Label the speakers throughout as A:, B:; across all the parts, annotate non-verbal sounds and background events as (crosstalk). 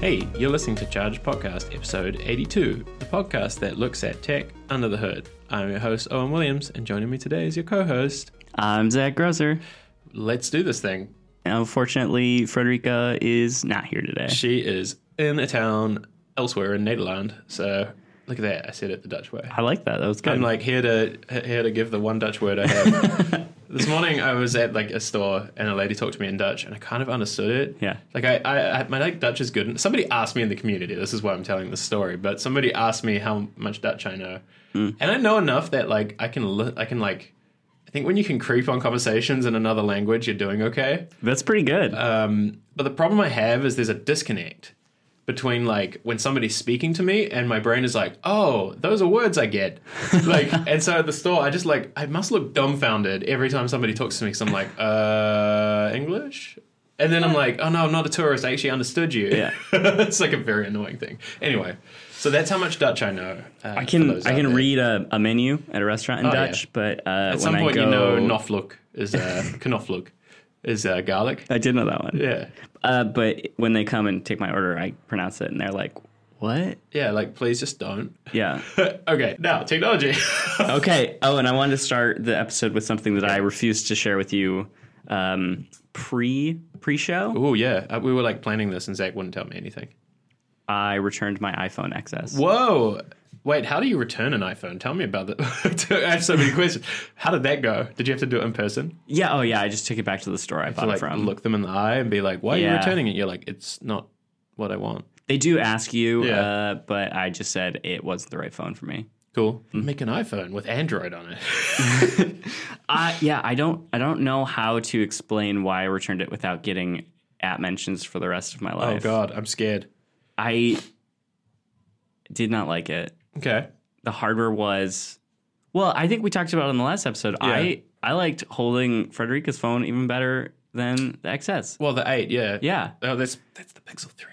A: Hey, you're listening to Charge Podcast, episode 82, the podcast that looks at tech under the hood. I'm your host, Owen Williams, and joining me today is your co host.
B: I'm Zach Grosser.
A: Let's do this thing.
B: Unfortunately, Frederica is not here today.
A: She is in a town elsewhere in Nederland, so look at that. I said it the Dutch way.
B: I like that. That was good.
A: I'm like here to here to give the one Dutch word I
B: (laughs)
A: have. this morning I was at like a store and a lady talked to me in Dutch and I kind of understood it.
B: Yeah.
A: Like I, I, I my like Dutch is good. Somebody asked me in the community. This is why I'm telling this story. But somebody asked me how much Dutch I know,
B: Mm.
A: and I know enough that like I can li- I can like. I think when you can creep on conversations in another language, you're doing okay.
B: That's pretty good.
A: Um, but the problem I have is there's a disconnect between like when somebody's speaking to me and my brain is like, oh, those are words I
B: (laughs)
A: get. Like, and so at the store, I just like, I must look dumbfounded every time somebody talks to me because I'm like, uh, English? And then I'm like, oh no, I'm not a tourist. I actually understood you.
B: Yeah.
A: (laughs) it's like a very annoying thing. Anyway, so that's how much Dutch I know. uh,
B: I
A: for
B: can
A: those
B: I
A: out
B: can
A: there.
B: read a, a menu at a restaurant in
A: Oh, yeah.
B: Dutch, but uh,
A: At some
B: when
A: point,
B: I go,
A: you know, knoflook is uh, knoflook is uh,
B: (laughs)
A: garlic.
B: I did know that one.
A: Yeah.
B: Uh, but when they come and take my order, I pronounce it, and they're like, "What?"
A: Yeah, like please just don't. (laughs)
B: Yeah.
A: okay, now
B: (laughs)
A: technology.
B: okay. Oh, and I wanted to start the episode with something that I refused to share with you um, pre pre show.
A: Oh yeah, uh, we were like planning this, and Zach wouldn't tell me anything.
B: I returned my iPhone XS.
A: Whoa, wait, how do you return an iPhone? Tell me about that. (laughs) I have so many questions. How did that go? Did you have to do it in person?
B: Yeah. Oh, yeah. I just took it back to the store I
A: To
B: bought it
A: like
B: from.
A: look them in the eye and be like, "Why are you
B: Yeah.
A: returning it?" You're like, "It's not what I want."
B: They do ask you,
A: Yeah.
B: uh, but I just said it wasn't the right phone for me.
A: Cool.
B: Mm-hmm.
A: Make an iPhone with Android on it. (laughs)
B: Uh, yeah, I don't, I don't know how to explain why I returned it without getting at mentions for the rest of my
A: oh
B: life.
A: God, I'm scared.
B: I did not like it.
A: Okay.
B: The hardware was, well, I think we talked about it in the last episode.
A: Yeah.
B: I, I liked holding Frederica's phone even better than the XS.
A: Well, the eight, yeah,
B: Yeah.
A: Oh, that's that's the Pixel three.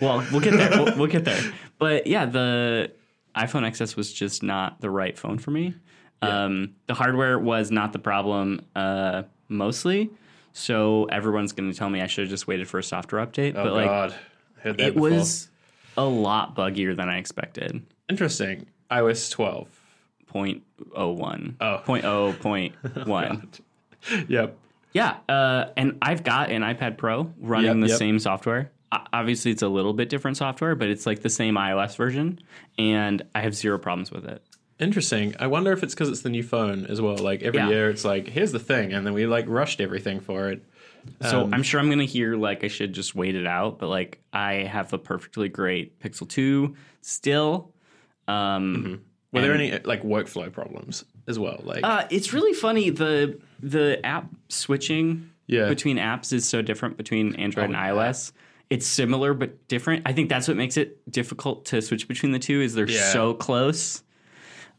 B: Well, we'll get there. we'll, we'll get there. But yeah, the iPhone XS was just not the right phone for me. Um, the hardware was not the problem uh, mostly. So everyone's going to tell me I should have just waited for a software update.
A: Oh
B: but like,
A: God, I heard that
B: it
A: before.
B: was a lot buggier than I expected.
A: interesting. iOS twelve.
B: Point oh one.
A: Oh.
B: Point oh point one.
A: (laughs) Yep.
B: Yeah, uh, and I've got an iPad Pro running
A: Yep,
B: the
A: yep.
B: same software. O- Obviously, it's a little bit different software, but it's like the same iOS version, and I have zero problems with it.
A: Interesting. I wonder if it's because it's the new phone as well. Like every
B: Yeah.
A: year, it's like here's the thing, and then we like rushed everything for it.
B: So I'm sure I'm gonna hear like I should just wait it out, but like I have a perfectly great Pixel Two still. Um,
A: Were there any like workflow problems as well? Like
B: uh, it's really funny the the app switching
A: Yeah. Oh,
B: between apps is so different between Android and
A: yeah.
B: iOS. It's similar but different. I think that's what makes it difficult to switch between the two is they're
A: Yeah.
B: so close.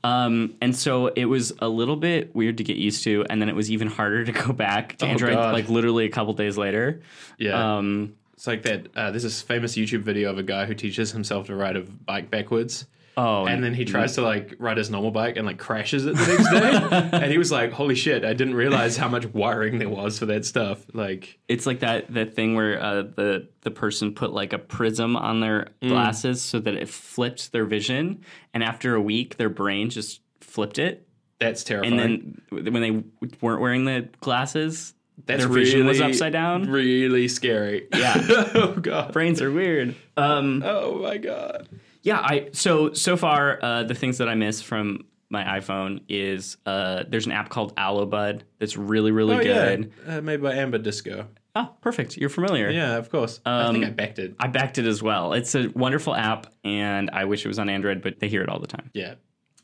B: Um, and so it was a little bit weird to get used to, and then it was even harder to go back to
A: Oh,
B: Android
A: God. Uh,
B: like literally a couple days later.
A: yeah,
B: Um,
A: it's like that. Uh, there's this famous YouTube video of a guy who teaches himself to ride a bike backwards.
B: oh,
A: And then he tries to like ride his normal bike and like crashes it the next
B: (laughs)
A: day. and he was like, "Holy shit! I didn't realize how much wiring there was for that stuff." Like,
B: it's like that that thing where uh, the the person put like a prism on their
A: Mm.
B: glasses so that it flipped their vision, and after a week, their brain just flipped it,
A: that's terrifying.
B: and then w- when they weren't wearing the glasses,
A: that's
B: their vision was
A: really-
B: upside down.
A: Really scary.
B: Yeah.
A: (laughs) oh god.
B: Brains are weird. Um,
A: Oh my god.
B: yeah, I so so far uh, the things that I miss from my iPhone is uh, there's an app called Allobud that's really really good.
A: yeah, uh, made by Amber Disco.
B: Oh, perfect. You're familiar.
A: Yeah, of course.
B: Um,
A: I think I backed it.
B: I backed it as well. It's a wonderful app, and I wish it was on Android, but they hear it all the time.
A: Yeah,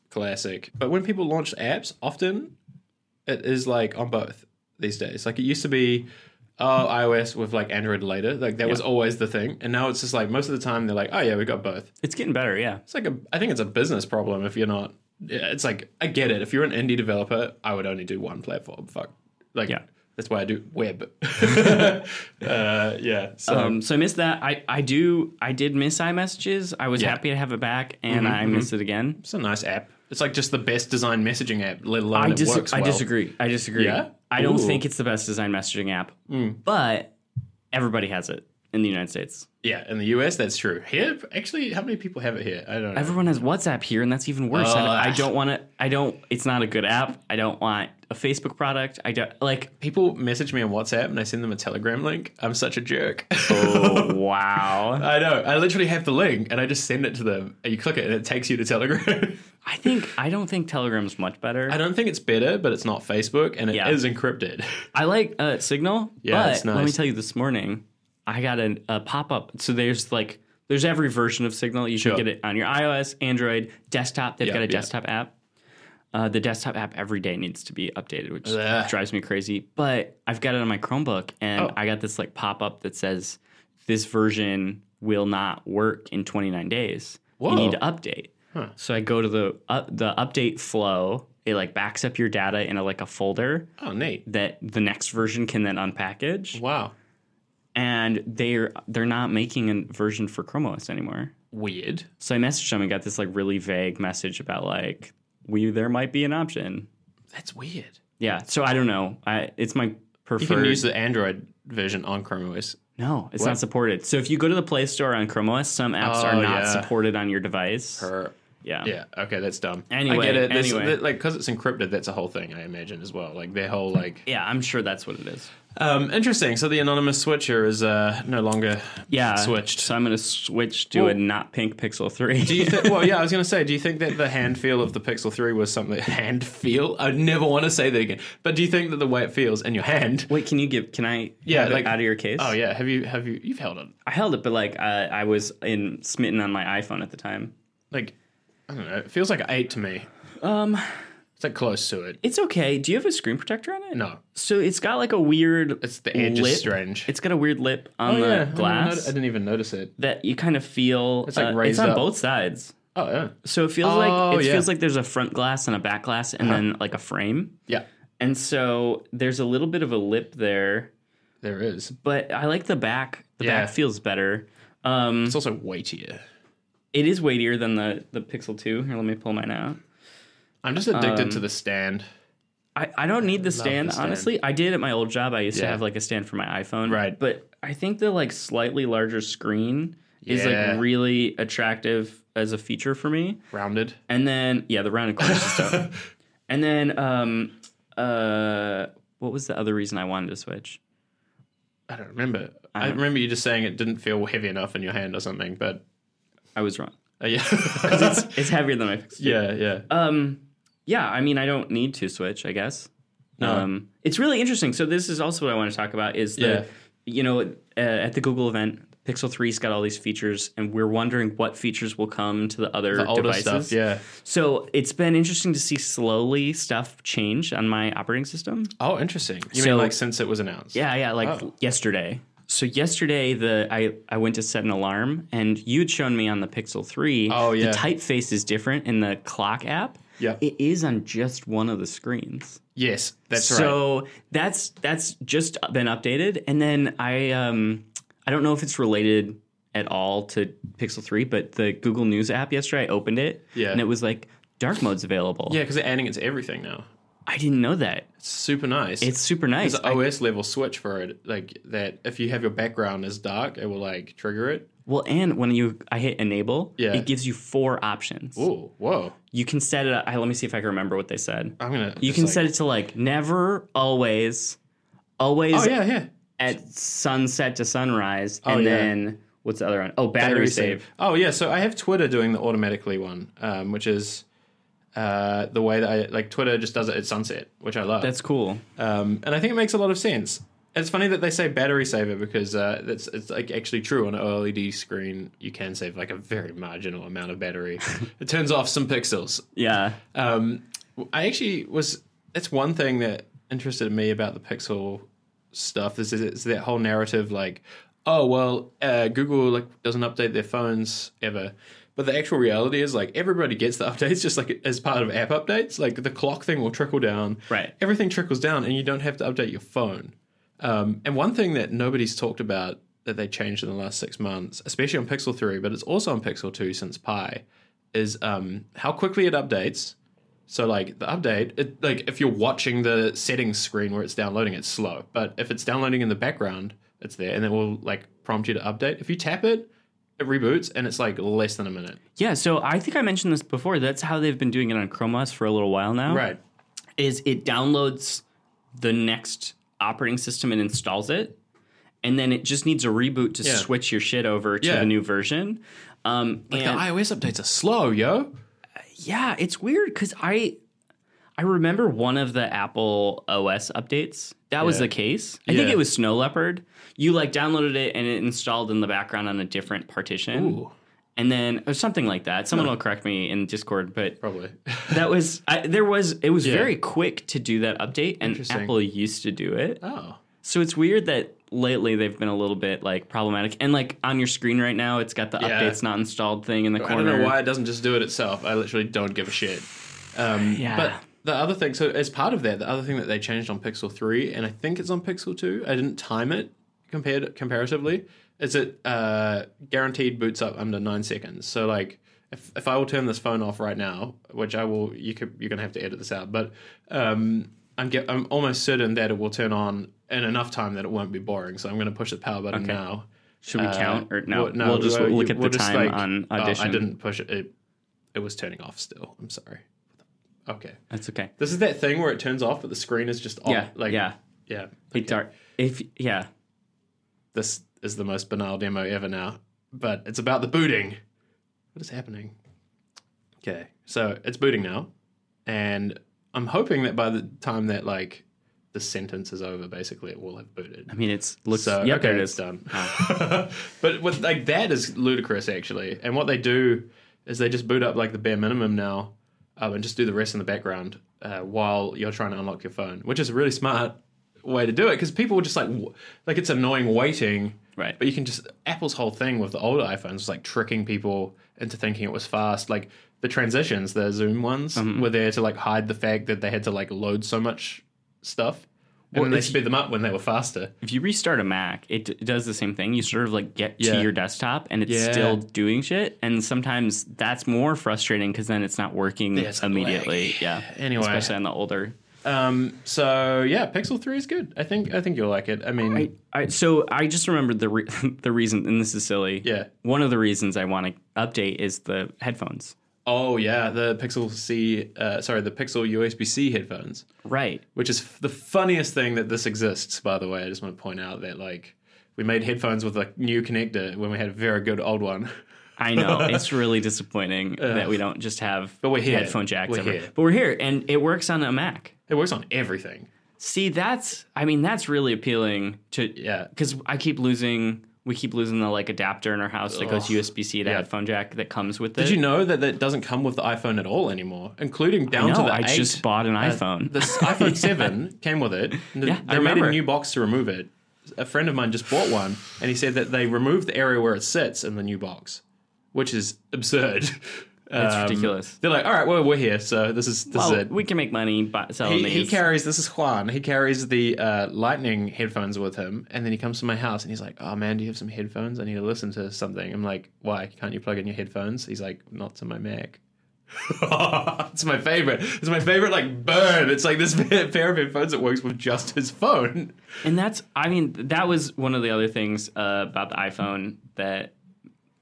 A: classic. But when people launch apps, often it is like on both these days. Like it used to be, oh, iOS with like Android later. Like that was always the thing, and now it's just like most of the time they're like, oh yeah, we got both.
B: It's getting better, yeah.
A: It's like a, I think it's a business problem if you're not. Yeah, it's like I get it. If you're an indie developer, I would only do one platform. Fuck, like
B: Yeah.
A: that's why I do
B: (laughs)
A: web. (laughs) uh, yeah. So
B: Um, so I missed that. I, I do. I did miss iMessages. I was happy to have it back, and
A: Mm-hmm,
B: I missed it again.
A: It's a nice app. It's like just the best design messaging app, let alone
B: I,
A: it
B: dis-
A: works
B: I
A: well.
B: disagree. I disagree.
A: Yeah?
B: I don't
A: Ooh. Mm.
B: think it's the best design messaging app, but everybody has it. in the United States.
A: Yeah, in the US, that's true. Here, actually, how many people have it here? I don't know.
B: Everyone has WhatsApp here, and that's even worse. I don't- I
A: Ugh.
B: don't want to. I don't. It's not a good app. I don't want a Facebook product. I don't
A: (laughs)
B: like. (laughs)
A: people message me on WhatsApp and I send them a Telegram link. I'm such a
B: (laughs)
A: jerk. (laughs)
B: Oh wow!
A: I know. I literally have the link and I just send it to them. And you click it and it takes you to Telegram. (laughs)
B: I think I don't think Telegram's much better.
A: I
B: I,
A: don't think it's better, but it's not Facebook and it is
B: Yeah.
A: encrypted. (laughs)
B: like uh, Signal,
A: Yeah,
B: but
A: it's
B: let me
A: nice.
B: tell you, this morning I got an, a pop up. So there's like there's every version of Signal. You
A: Sure.
B: can get it on your iOS, Android, desktop. They've
A: Yeah,
B: got a
A: yeah.
B: desktop app. Uh, the desktop app every day needs to be updated, which
A: Ugh.
B: drives me crazy. But I've got it on my Chromebook, and
A: Oh.
B: I got this like pop up that says this version will not work in 29 days.
A: Whoa.
B: You need to update. So I go to the up the update flow. It like backs up your data in a, like a folder
A: Oh, neat.
B: that the next version can then unpackage.
A: Wow.
B: And they're they're not making a version for Chrome OS anymore.
A: Weird.
B: So I messaged them and got this like really vague message about like we there might be an option.
A: That's weird.
B: Yeah. So I don't know. I it's my
A: You
B: preferred.
A: can use the Android version on Chrome OS.
B: no, it's
A: What?
B: not supported. So if you go to the Play Store on Chrome OS, some apps
A: Oh,
B: are not
A: yeah.
B: supported on your device.
A: Or-
B: yeah.
A: yeah. Okay, that's dumb. I
B: Anyway,
A: get it. This-
B: anyway.
A: that- like, because it's encrypted, that's a whole thing, I imagine, as well. Like, their whole, like.
B: Yeah, I'm sure that's what it is.
A: Um, interesting. So the anonymous switcher is uh, no longer
B: Yeah.
A: switched.
B: So I'm going to switch to
A: Well-
B: a not pink Pixel 3.
A: Do you thi- well, yeah, I was going to say, do you think that the hand feel of the Pixel 3 was something. (laughs) Hand feel? I never want to say that again. But do you think that the way it feels in your
B: (laughs)
A: hand.
B: (laughs) Wait, can you give? Can I?
A: Yeah,
B: have it
A: like-
B: out of your case.
A: Oh, yeah. Have you, have you, you've held it.
B: I held it, but like uh, I was in smitten on my iPhone at the time.
A: Like, I don't know. It feels like an 8 to me.
B: Um,
A: It's like close to it.
B: it's okay. Do you have a screen protector on it?
A: No.
B: So it's got like a weird.
A: It's the edge
B: lip.
A: is strange.
B: It's got a weird lip on the
A: yeah. I didn't
B: glass
A: noti- I didn't even notice it.
B: that you kind of feel. It's
A: like, raised
B: It's on
A: up.
B: both sides,
A: Oh, yeah.
B: so it feels
A: Oh,
B: like it
A: yeah.
B: feels like there's a front glass and a back glass, and then like a frame.
A: Yeah.
B: And so there's a little bit of a lip there,
A: There is.
B: but I like the back. The
A: Yeah.
B: back feels better. Um,
A: It's also weightier.
B: it is weightier than the the Pixel 2. Here, let me pull mine out.
A: I'm just addicted
B: Um,
A: to the stand.
B: I, I don't need
A: the
B: the stand,
A: stand.
B: honestly. I did at my old job. I used
A: Yeah.
B: to have like a stand for my iPhone.
A: Right.
B: But I think the like slightly larger screen is
A: Yeah.
B: like really attractive as a feature for me.
A: Rounded.
B: And then yeah, the rounded corners and
A: (laughs)
B: stuff. And then um uh what was the other reason I wanted to switch?
A: I don't remember. I, remember you just saying it didn't feel heavy enough in your hand or something, but
B: I was wrong.
A: uh, yeah. (laughs)
B: (laughs) It's heavier than my Pixel.
A: yeah, yeah.
B: Um, yeah, I mean, I don't need to switch, I guess.
A: No.
B: Um, it's really interesting. So this is also what I want to talk about is the,
A: Yeah.
B: you know, uh, at the Google event, Pixel 3's got all these features, and we're wondering what features will come to the other
A: Older
B: devices.
A: stuff, yeah.
B: So it's been interesting to see slowly stuff change on my operating system.
A: Oh, interesting. You
B: So-
A: mean like since it was announced?
B: Yeah, yeah, like
A: Oh.
B: yesterday. So yesterday, the I I went to set an alarm, and you had shown me on the Pixel Three.
A: Oh, yeah.
B: the typeface is different in the clock app.
A: Yeah.
B: it is on just one of the screens.
A: Yes, that's right.
B: so that's that's just been updated, and then I um I don't know if it's related at all to Pixel Three, but the Google News app yesterday, I opened it,
A: Yeah.
B: and it was like dark mode's available.
A: Yeah, because they're adding it to everything now.
B: I didn't know that.
A: It's super nice.
B: It's super nice.
A: There's an OS level switch for it, like that. If you have your background as dark, it will like trigger it.
B: Well, and when you I hit enable,
A: Yeah.
B: it gives you four options.
A: Oh, whoa!
B: You can set it. I, let me see if I can remember what they said.
A: I'm gonna.
B: You
A: just,
B: can
A: like-
B: set it to like never, always, always
A: Oh yeah, yeah.
B: at sunset to sunrise,
A: Oh,
B: and
A: yeah.
B: then what's the other one? Oh, battery, save.
A: Oh yeah. So I have Twitter doing the automatically one, um, which is uh, the way that I like Twitter just does it at sunset, which I love.
B: That's cool.
A: um, and I think it makes a lot of sense. It's funny that they say battery saver because uh, that's it's like actually true on an OLED screen. You can save like a very marginal amount of battery. it turns off some pixels.
B: Yeah.
A: Um, I actually was. That's one thing that interested me about the Pixel stuff is, is it's that whole narrative like, oh well, uh, Google like doesn't update their phones ever. But the actual reality is like everybody gets the (laughs) updates just like as part of app updates. Like the clock thing will trickle down.
B: Right.
A: Everything trickles down, and you don't have to update your phone. Um, and one thing that nobody's talked about that they changed in the last six months, especially on Pixel 3, but it's also on Pixel 2 since Pi, is um, how quickly it updates. So, like, the update, it, like, if you're watching the settings screen where it's downloading, it's slow. But if it's downloading in the background, it's there, and it will, like, prompt you to update. If you tap it, it reboots and it's like less than a minute.
B: Yeah, so I think I mentioned this before. That's how they've been doing it on Chrome OS for a little while now.
A: Right.
B: Is it downloads the next operating system and installs it, and then it just needs a reboot to
A: Yeah.
B: switch your shit over to
A: Yeah.
B: the new version. Um,
A: Like
B: and
A: the iOS updates are slow, yo.
B: yeah, it's weird because I I remember one of the Apple OS updates. That was
A: Yeah.
B: the case. I think
A: Yeah.
B: it was Snow Leopard. You like downloaded it and it installed in the background on a different partition.
A: Ooh,
B: And then or something like that. Someone will correct me in Discord, but
A: probably. (laughs)
B: that was I, there was it was
A: Yeah.
B: very quick to do that update and
A: Interesting.
B: Apple used to do it.
A: oh.
B: So it's weird that lately they've been a little bit like problematic and like on your screen right now it's got the
A: Yeah.
B: updates not installed thing in the
A: I
B: corner.
A: don't know why it doesn't just do it itself. I literally don't give a shit. Um,
B: Yeah.
A: But the other thing, so as part of that, the other thing that they changed on Pixel 3, and I think it's on Pixel 2, I didn't time it compared comparatively, is it uh, guaranteed boots up under nine seconds. So, like, if, if I will turn this phone off right now, which I will, you could, you're going to have to edit this out, but um, I'm, get, I'm almost certain that it will turn on in enough time that it won't be boring. So, I'm going to push the power button now.
B: Should we
A: Uh,
B: count or no?
A: well,
B: we'll just
A: well,
B: look
A: you-
B: at
A: we'll
B: the
A: just,
B: time
A: like-
B: on
A: oh,
B: audition.
A: I didn't push it. it. It was turning off still. I'm sorry. Okay.
B: That's okay.
A: This is that thing where it turns off, but the screen is just on.
B: yeah,
A: Oh, Like,
B: yeah.
A: yeah.
B: Big dark. If yeah,
A: This is the most banal demo ever now, but it's about the booting. What is happening? Okay. So it's booting now. And I'm hoping that by the time that, like, the sentence is over, basically, it will have booted.
B: I mean it's looks.
A: So
B: yep,
A: okay,
B: there it
A: it's (laughs)
B: is.
A: done. but what, like that is ludicrous actually. And what they do is they just boot up like the bare minimum now, um, and just do the rest in the background uh, while you're trying to unlock your phone, which is a really smart way to do it because people were just like w- like it's annoying waiting.
B: Right.
A: But you can just Apple's whole thing with the older iPhones was like tricking people into thinking it was fast. Like the transitions, the Zoom ones, were there to like hide the fact that they had to like load so much stuff. And
B: Well,
A: then they
B: if you-
A: speed them up when they were faster.
B: If you restart a Mac, it, d- it does the same thing. You sort of like get
A: Yeah.
B: to your desktop and it's
A: Yeah.
B: still doing shit. And sometimes that's more frustrating because then it's not working
A: it's like
B: immediately.
A: laggy.
B: Yeah.
A: Anyway.
B: especially on the older.
A: Um, so yeah, Pixel Three is good. I think I think you'll like it. I mean,
B: I, I so I just remembered the re- (laughs) the reason, and this is silly.
A: Yeah.
B: One of the reasons I want to update is the headphones.
A: oh yeah, the Pixel C, uh, sorry, the Pixel USB C headphones,
B: Right.
A: which is f- the funniest thing that this exists. By the way, I just want to point out that like we made headphones with a new connector when we had a very good old one. (laughs)
B: I know it's really disappointing that we don't just have
A: But we're here.
B: headphone jacks.
A: We're
B: everywhere.
A: here.
B: But we're here, and it works on a Mac.
A: It works on everything.
B: See, that's I mean that's really appealing to
A: Yeah.
B: because I keep losing. We keep losing the like adapter in our house that goes
A: Ugh.
B: USB C to
A: Yeah.
B: headphone jack that comes with it.
A: Did you know that that doesn't come with the iPhone at all anymore, including down to
B: No,
A: the
B: I
A: eight. Uh,
B: just bought an iPhone. (laughs)
A: This iPhone 7 came with it. And
B: Yeah,
A: they
B: I
A: made a
B: remember.
A: new box to remove it. A friend of mine just bought one, and he said that they removed the area where it sits in the new box, which is absurd. (laughs)
B: That's
A: Um, (laughs)
B: ridiculous.
A: They're like, all right, well, we're here, so this is this is
B: Well,
A: it.
B: we can make money by selling
A: He, he
B: these.
A: carries this is Juan. He carries the uh, lightning headphones with him, and then he comes to my house and he's like, "Oh man, do you have some headphones? I need to listen to something." I'm like, "Why can't you plug in your headphones?" He's like, "Not to my (laughs) Mac." it's my favorite. It's my favorite like burn. It's like this (laughs) pair of headphones that works with just his phone.
B: And that's, I mean, that was one of the other things uh, about the iPhone that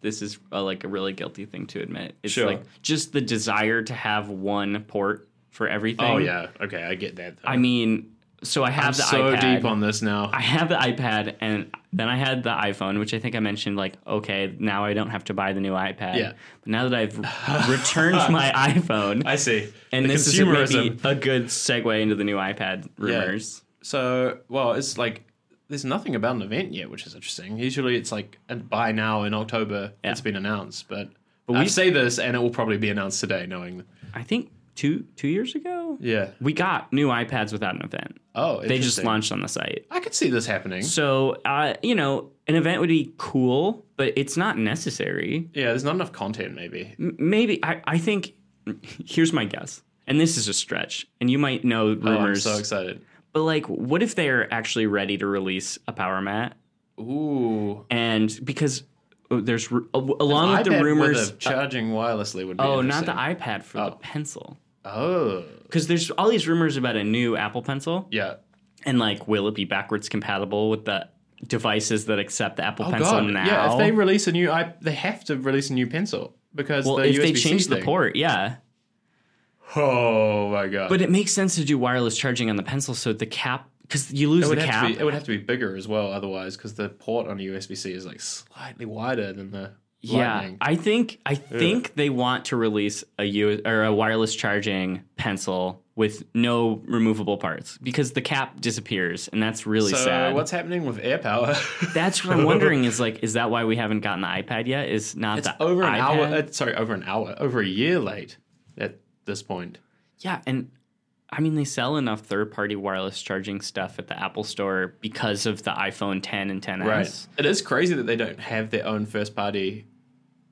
B: this is uh like a really guilty thing to admit. It's
A: Sure.
B: like just the desire to have one port for everything.
A: okay, I get that.
B: I mean, so I have
A: Oh, I'm
B: the
A: so
B: iPad.
A: deep on this now.
B: I have the iPad, and then I had the iPhone, which I think I mentioned. Like, okay, now I don't have to buy the new iPad.
A: Yeah.
B: But now that
A: (laughs)
B: I've returned my iPhone,
A: I see.
B: and
A: The
B: this is maybe a good segue into the new iPad
A: Yeah.
B: rumors.
A: So, well, it's like there's nothing about an event yet, which is interesting. Usually, it's like and by now in October it's been announced, but we
B: we-
A: say this and it will probably be announced today, knowing.
B: I think two two years ago.
A: Yeah.
B: we got new iPads without an event.
A: Oh,
B: They just
A: interesting.
B: launched on the site.
A: I could see this happening.
B: So, uh, you know, an event would be cool, but it's not necessary.
A: Yeah, there's not enough content. Maybe
B: M- Maybe, I, I think, (laughs) here's my guess, and this is a stretch, and you might know
A: Oh, I'm
B: rumors,
A: so excited.
B: but like, what if they're actually ready to release a Power Mat?
A: Oooo.
B: And because oh, there's, ru- a- along with the rumors,
A: charging wirelessly would be.
B: oh, not the
A: interesting.
B: iPad, for the pencil.
A: Oh,
B: Because there's all these rumors about a new Apple Pencil.
A: yeah.
B: and like will it be backwards compatible with the devices that accept the Apple
A: Oh
B: Pencil
A: god,
B: now.
A: yeah. If they release a new, I they have to release a new pencil because
B: well,
A: the
B: if
A: USB
B: they change the
A: thing.
B: port, yeah.
A: Oh my god!
B: But it makes sense to do wireless charging on the pencil, so the cap because you
A: it
B: lose the
A: would, have
B: cap.
A: to be, it would have to be bigger as well, otherwise, because the port on a USB C is like slightly wider than the
B: yeah,
A: Lightning.
B: I think I think they want to release a U or a wireless charging pencil with no removable parts because the cap disappears, and that's really
A: So
B: sad.
A: what's happening with air power? (laughs)
B: that's what I'm wondering is like, is that why we haven't gotten the iPad yet? Is not
A: it's
B: the
A: over an
B: iPad?
A: hour. Uh, sorry, over an hour, over a year late at this point.
B: Yeah, and I mean they sell enough third-party wireless charging stuff at the Apple Store because of the iPhone 10 and 10s.
A: It is crazy that they don't have their own first party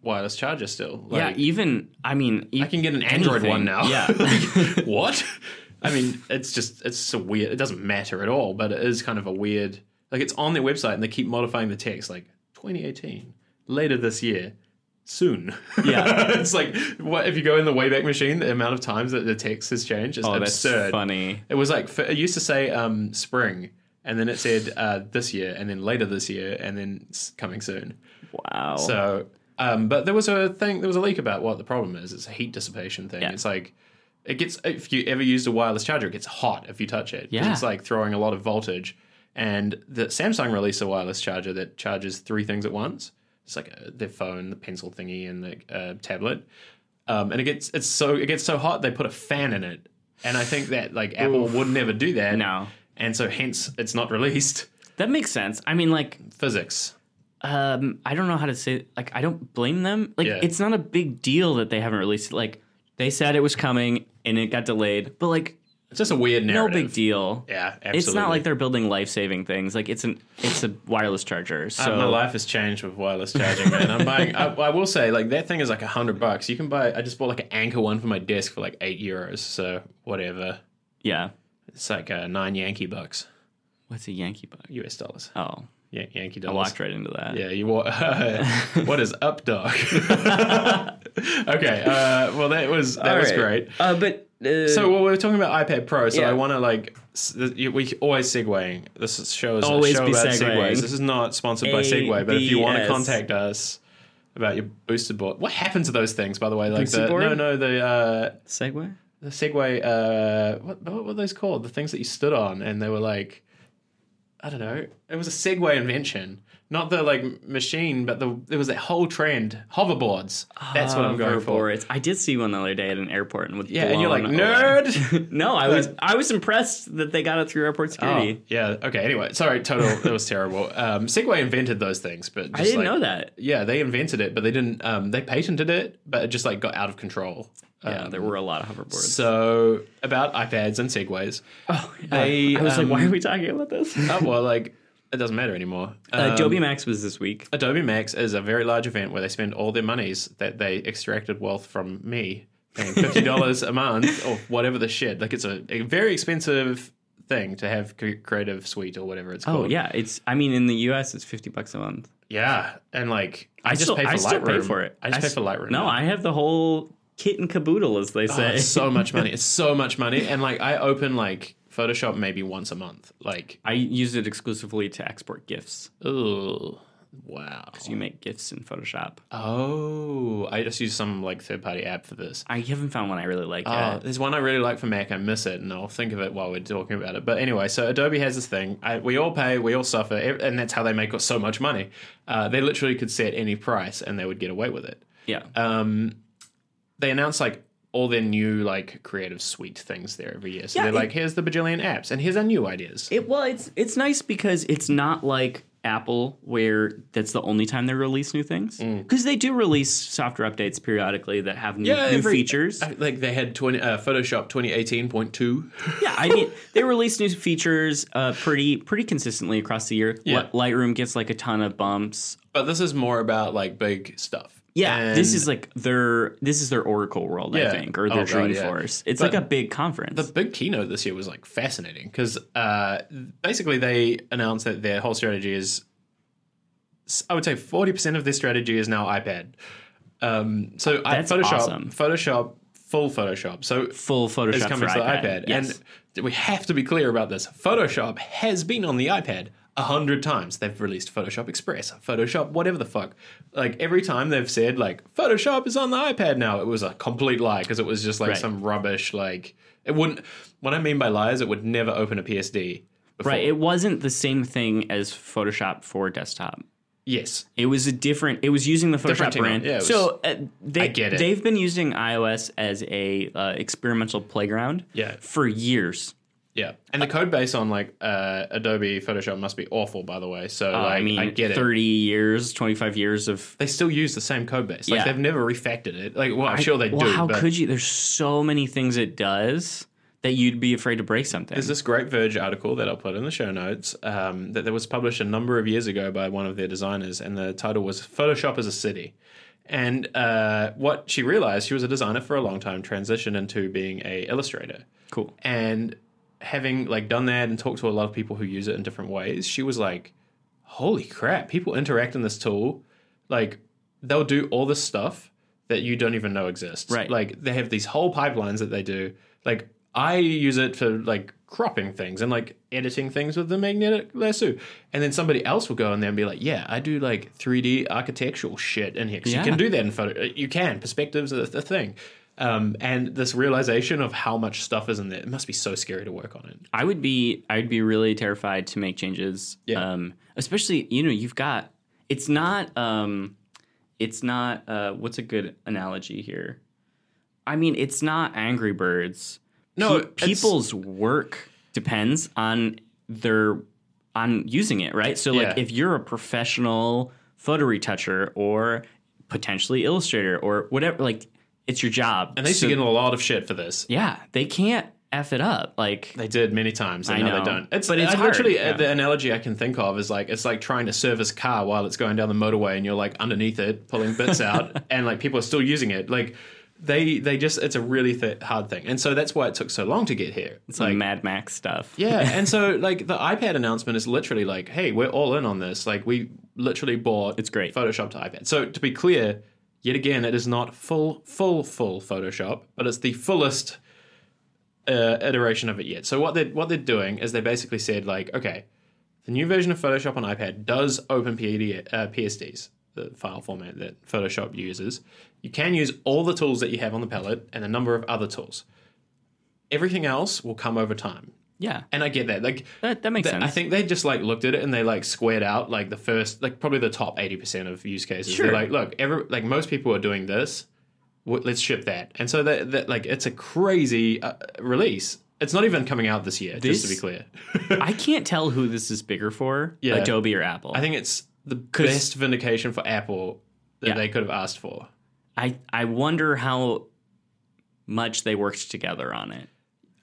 A: wireless charger still.
B: yeah, even I mean, e-
A: I can get an Android
B: anything.
A: one now. (laughs)
B: Yeah,
A: Like, what? I mean, it's just it's so weird. It doesn't matter at all, but it is kind of a weird. Like it's on their website and they keep modifying the text, like 2018, later this year, soon. (laughs)
B: Yeah.
A: it's like what if you go in the Wayback Machine? The amount of times that the text has changed is
B: oh, that's
A: absurd.
B: funny.
A: It was like it used to say um, spring, and then it said uh, this year, and then later this year, and then s- coming soon.
B: Wow.
A: So, um, but there was a thing, there was a leak about what the problem is. It's a heat dissipation thing.
B: Yeah.
A: It's like it gets if you ever used a wireless charger, it gets hot if you touch it. 'Cause
B: Yeah.
A: it's like throwing a lot of voltage. And the Samsung released a wireless charger that charges three things at once. It's like uh, their phone, the pencil thingy, and the uh, tablet. Um, and it gets it's so it gets so hot they put a fan in it. And I think that like Apple would never do that.
B: No.
A: And so hence it's not released. (laughs)
B: that makes sense. I mean, like,
A: Physics.
B: um, I don't know how to say. Like, I don't blame them. Like,
A: Yeah.
B: it's not a big deal that they haven't released it. Like, they said it was coming and it got delayed, but like,
A: It's just a weird
B: no
A: narrative.
B: big deal.
A: Yeah, absolutely.
B: It's not like they're building life-saving things. Like, it's an it's a wireless charger. So
A: Uh, my life has changed with wireless charging, man. I'm buying. I, I will say, like that thing is like a hundred bucks. You can buy. I just bought like an anchor one for my desk for like eight euros. So whatever.
B: yeah,
A: It's like uh, nine Yankee bucks,
B: what's a Yankee bug?
A: US dollars.
B: Oh,
A: Yeah, Yankee
B: I
A: dollars.
B: walked right into that.
A: Yeah, you wa- (laughs) What is up,
B: (laughs)
A: dog? (laughs) okay. Uh, well, that was that was great.
B: Uh, but uh,
A: So well, we were talking about iPad Pro. So
B: Yeah.
A: I want to like s- th- you- we always segueing. This is- show is
B: Always
A: a show
B: be
A: about
B: segueing.
A: segues. This is not sponsored by Segway, but if you want to
B: ABS.
A: contact us about your booster board, what happened to those things? By the way, like
B: Boosted
A: the,
B: board?
A: no, no, the uh,
B: Segway.
A: the Segway. Uh, what what were those called? The things that you stood on, and they were like, I don't know. It was a Segway invention. Not the like m- machine, but the there was that whole trend hoverboards. That's what I'm going for.
B: Ah, Hoverboards. Uh, I did see one the other day at an airport and with
A: Yeah, and you're like nerd.
B: (laughs) no, I
A: (laughs)
B: was I was impressed that they got it through airport security.
A: Oh, yeah. Okay. Anyway, sorry. Total. That was terrible. Um, Segway invented those things, but just
B: I didn't
A: like,
B: know that.
A: Yeah, they invented it, but they didn't. Um, they patented it, but it just like got out of control.
B: Yeah,
A: Um,
B: there were a lot of hoverboards.
A: so about iPads and
B: (laughs)
A: Segways.
B: Oh,
A: I,
B: I, was
A: um,
B: like, why are we talking about
A: (laughs)
B: this? Uh,
A: Oh well, like it doesn't matter anymore. Um,
B: Adobe Max was this week.
A: Adobe Max is a very large event where they spend all their monies that they extracted wealth from me, paying fifty dollars a month or whatever the shit. Like it's a, a very expensive thing to have C- Creative Suite or whatever it's called.
B: Oh yeah, it's. I mean, in the U.S., it's fifty bucks a month.
A: Yeah, and like I, just
B: still-
A: pay for
B: I
A: Lightroom.
B: still pay for it.
A: I just
B: I
A: pay
B: s-
A: for Lightroom.
B: No,
A: now.
B: I have the whole kit and caboodle, as they
A: Oh, (laughs)
B: say.
A: it's so much money. It's so much
B: (laughs)
A: money, and like I open like Photoshop maybe once a month. Like,
B: I use it exclusively to export GIFs.
A: oh wow.
B: So you make GIFs in Photoshop.
A: Oh, I just use some like third party app for this.
B: I haven't found one I really like
A: Oh,
B: yet.
A: there's one I really like for Mac. I miss it, and I'll think of it while we're talking about it. But anyway, so Adobe has this thing. I, we all pay, we all suffer, ev- and that's how they make so much money. Uh, they literally could set any price, and they would get away with it.
B: Yeah.
A: um, they announce like all their new like creative suite things there every year. So
B: Yeah,
A: they're
B: it-
A: like, here's the bajillion apps and here's our new ideas.
B: It well, it's it's nice because it's not like Apple where that's the only time they release new things
A: Mm.
B: because they do release software updates periodically that have new,
A: Yeah,
B: new
A: every- (laughs)
B: features.
A: I- like they had 20, uh, Photoshop 2018.2.
B: yeah, I mean they release new features uh, pretty pretty consistently across the year.
A: Yeah.
B: Li- Lightroom gets like a ton of bumps.
A: But this is more about like big stuff.
B: Yeah,
A: And
B: this is like their this is their Oracle World,
A: Yeah.
B: I think, or
A: Oh,
B: their
A: God, yeah.
B: Dreamforce. It's
A: But-
B: like a big conference.
A: the big keynote this year was like fascinating because uh, basically they announced that their whole strategy is, I would say, 40% of their strategy is now iPad. Um, so I,
B: That's
A: Photoshop,
B: awesome.
A: Photoshop, full Photoshop. So
B: Full Photoshop
A: is coming
B: for
A: to the
B: iPad.
A: iPad.
B: Yes.
A: And we have to be clear about this. Photoshop has been on the iPad a hundred times. They've released Photoshop Express, Photoshop, whatever the fuck. Like every time they've said like Photoshop is on the iPad now, it was a complete lie because it was just like
B: Right.
A: some rubbish. Like it wouldn't. What I mean by lies, it would never open a PSD. Before.
B: Right. It wasn't the same thing as Photoshop for desktop.
A: yes.
B: It was a different. It was using the Photoshop
A: Different
B: brand.
A: technology. Yeah, it was-
B: so uh, they
A: I get it.
B: they've been using iOS as a uh, experimental playground.
A: Yeah.
B: for years.
A: Yeah. And the code base on like uh, Adobe Photoshop must be awful, by the way. So
B: Uh,
A: like,
B: I mean,
A: get it.
B: thirty years, twenty five years of.
A: they still use the same code base. Like
B: Yeah.
A: they've never refactored it. Like, well, I'm sure they
B: well,
A: do.
B: how
A: but
B: could you? There's so many things it does that you'd be afraid to break something.
A: There's this great Verge article that I'll put in the show notes um, that, that was published a number of years ago by one of their designers, and the title was Photoshop as a City. And uh, what she realized, she was a designer for a long time, transitioned into being a illustrator.
B: cool.
A: And having like done that and talked to a lot of people who use it in different ways, she was like, holy crap, people interact in this tool. Like they'll do all this stuff that you don't even know exists.
B: Right.
A: Like they have these whole pipelines that they do. Like I use it for like cropping things and like editing things with the magnetic lasso. And then somebody else will go in there and be like, yeah, I do like 3D architectural shit in here. 'Cause
B: Yeah.
A: You can do that in photo. uh, You can. Perspectives are the thing. Um, and this realization of how much stuff is in there, it must be so scary to work on it.
B: I would be I would be really terrified to make changes.
A: Yeah.
B: Um, especially you know you've got it's not um, it's not uh, what's a good analogy here? I mean it's not Angry Birds.
A: No,
B: Pe-
A: it's-
B: people's work depends on their on using it right. So like
A: Yeah.
B: if you're a professional photo retoucher or potentially illustrator or whatever like it's your job
A: And they used
B: So-
A: to get a lot of shit for this.
B: yeah they can't f it up like
A: They did many times. And
B: I
A: now
B: know.
A: they don't. It's,
B: But it's
A: I literally
B: hard, yeah.
A: the analogy I can think of is like it's like trying to service car while it's going down the motorway and you're like underneath it pulling
B: (laughs)
A: bits out and like people are still using it. Like they they just it's a really th- hard thing. And so that's why it took so long to get here.
B: it's like Mad Max stuff.
A: Yeah, and so like the iPad announcement is literally like, hey, we're all in on this. Like we literally bought
B: It's great.
A: Photoshop to iPad. So to be clear, yet again, it is not full, full, full Photoshop, but it's the fullest uh, iteration of it yet. So what they what they're doing is they basically said like, okay, the new version of Photoshop on iPad does open PD, uh, PSDs, the file format that Photoshop uses. You can use all the tools that you have on the palette and a number of other tools. Everything else will come over time.
B: Yeah,
A: And I get that. Like
B: that, that makes
A: th-
B: sense.
A: I think they just like looked at it and they like squared out like the first like probably the top 80% of use cases.
B: Sure.
A: They're like, look, every like most people are doing this. W- let's ship that. And so that, that like it's a crazy uh, release. It's not even coming out this year, just to
B: This-
A: be clear.
B: I can't tell who this is bigger for,
A: Yeah.
B: Adobe or Apple.
A: I think it's the best vindication for Apple that
B: Yeah.
A: they could have asked for.
B: I I wonder how much they worked together on it.